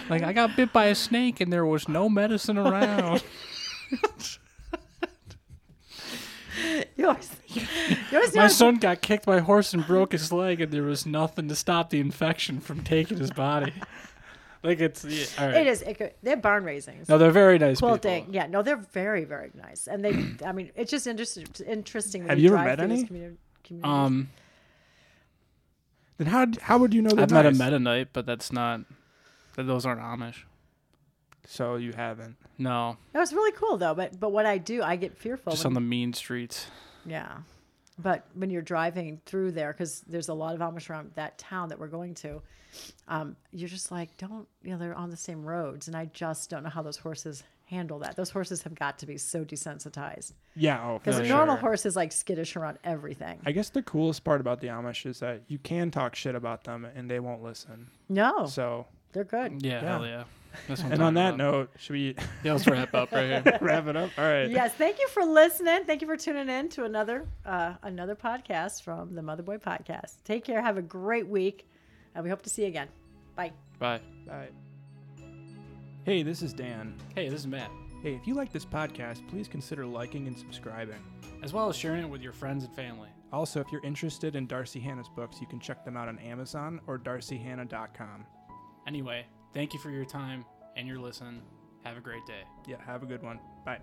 [SPEAKER 3] like I got bit by a snake and there was no medicine around.
[SPEAKER 1] You always, you always know
[SPEAKER 3] My
[SPEAKER 1] I'm-
[SPEAKER 3] son got kicked by a horse and broke his leg, and there was nothing to stop the infection from taking his body. Like it's yeah, all right.
[SPEAKER 1] It is. It could, they're barn raisings.
[SPEAKER 3] No, they're very nice
[SPEAKER 1] quilting.
[SPEAKER 3] people.
[SPEAKER 1] Yeah. No, they're very, very nice. And they, I mean, it's just interesting. interesting when
[SPEAKER 2] Have you ever
[SPEAKER 1] drive
[SPEAKER 2] met
[SPEAKER 1] through these
[SPEAKER 2] any?
[SPEAKER 1] commu- communities.
[SPEAKER 3] Um,
[SPEAKER 2] Then how d- how would you know they're
[SPEAKER 3] I've met a
[SPEAKER 2] nice?
[SPEAKER 3] meta knight, but that's not. That those aren't Amish.
[SPEAKER 2] So you haven't.
[SPEAKER 3] No,
[SPEAKER 1] that was really cool though. But, but what I do, I get fearful.
[SPEAKER 3] just
[SPEAKER 1] when-
[SPEAKER 3] on the mean streets.
[SPEAKER 1] yeah. But when you're driving through there, because there's a lot of Amish around that town that we're going to, um, you're just like, don't, you know, they're on the same roads. And I just don't know how those horses handle that. Those horses have got to be so desensitized.
[SPEAKER 2] Yeah, oh,
[SPEAKER 1] Because
[SPEAKER 2] for
[SPEAKER 1] a
[SPEAKER 2] sure.
[SPEAKER 1] normal horse is like skittish around everything.
[SPEAKER 2] I guess the coolest part about the Amish is that you can talk shit about them and they won't listen.
[SPEAKER 1] no,
[SPEAKER 2] So,
[SPEAKER 1] they're good.
[SPEAKER 3] Yeah,
[SPEAKER 2] Yeah.
[SPEAKER 3] hell yeah. That's what I'm
[SPEAKER 2] and on
[SPEAKER 3] talking
[SPEAKER 2] that
[SPEAKER 3] about.
[SPEAKER 2] note, should we
[SPEAKER 3] yeah, let's wrap up right here.
[SPEAKER 2] wrap it up? All right.
[SPEAKER 1] Yes, thank you for listening. Thank you for tuning in to another uh, another podcast from the Mother Boy Podcast. Take care. Have a great week, and we hope to see you again. Bye.
[SPEAKER 3] Bye.
[SPEAKER 2] Bye. Hey, this is Dan.
[SPEAKER 3] Hey, this is Matt.
[SPEAKER 2] Hey, if you like this podcast, please consider liking and subscribing.
[SPEAKER 3] As well as sharing it with your friends and family.
[SPEAKER 2] Also, if you're interested in Darcy Hannah's books, you can check them out on Amazon or darcyhannah.com.
[SPEAKER 3] Anyway, thank you for your time and your listen. Have a great day.
[SPEAKER 2] Yeah, have a good one. Bye.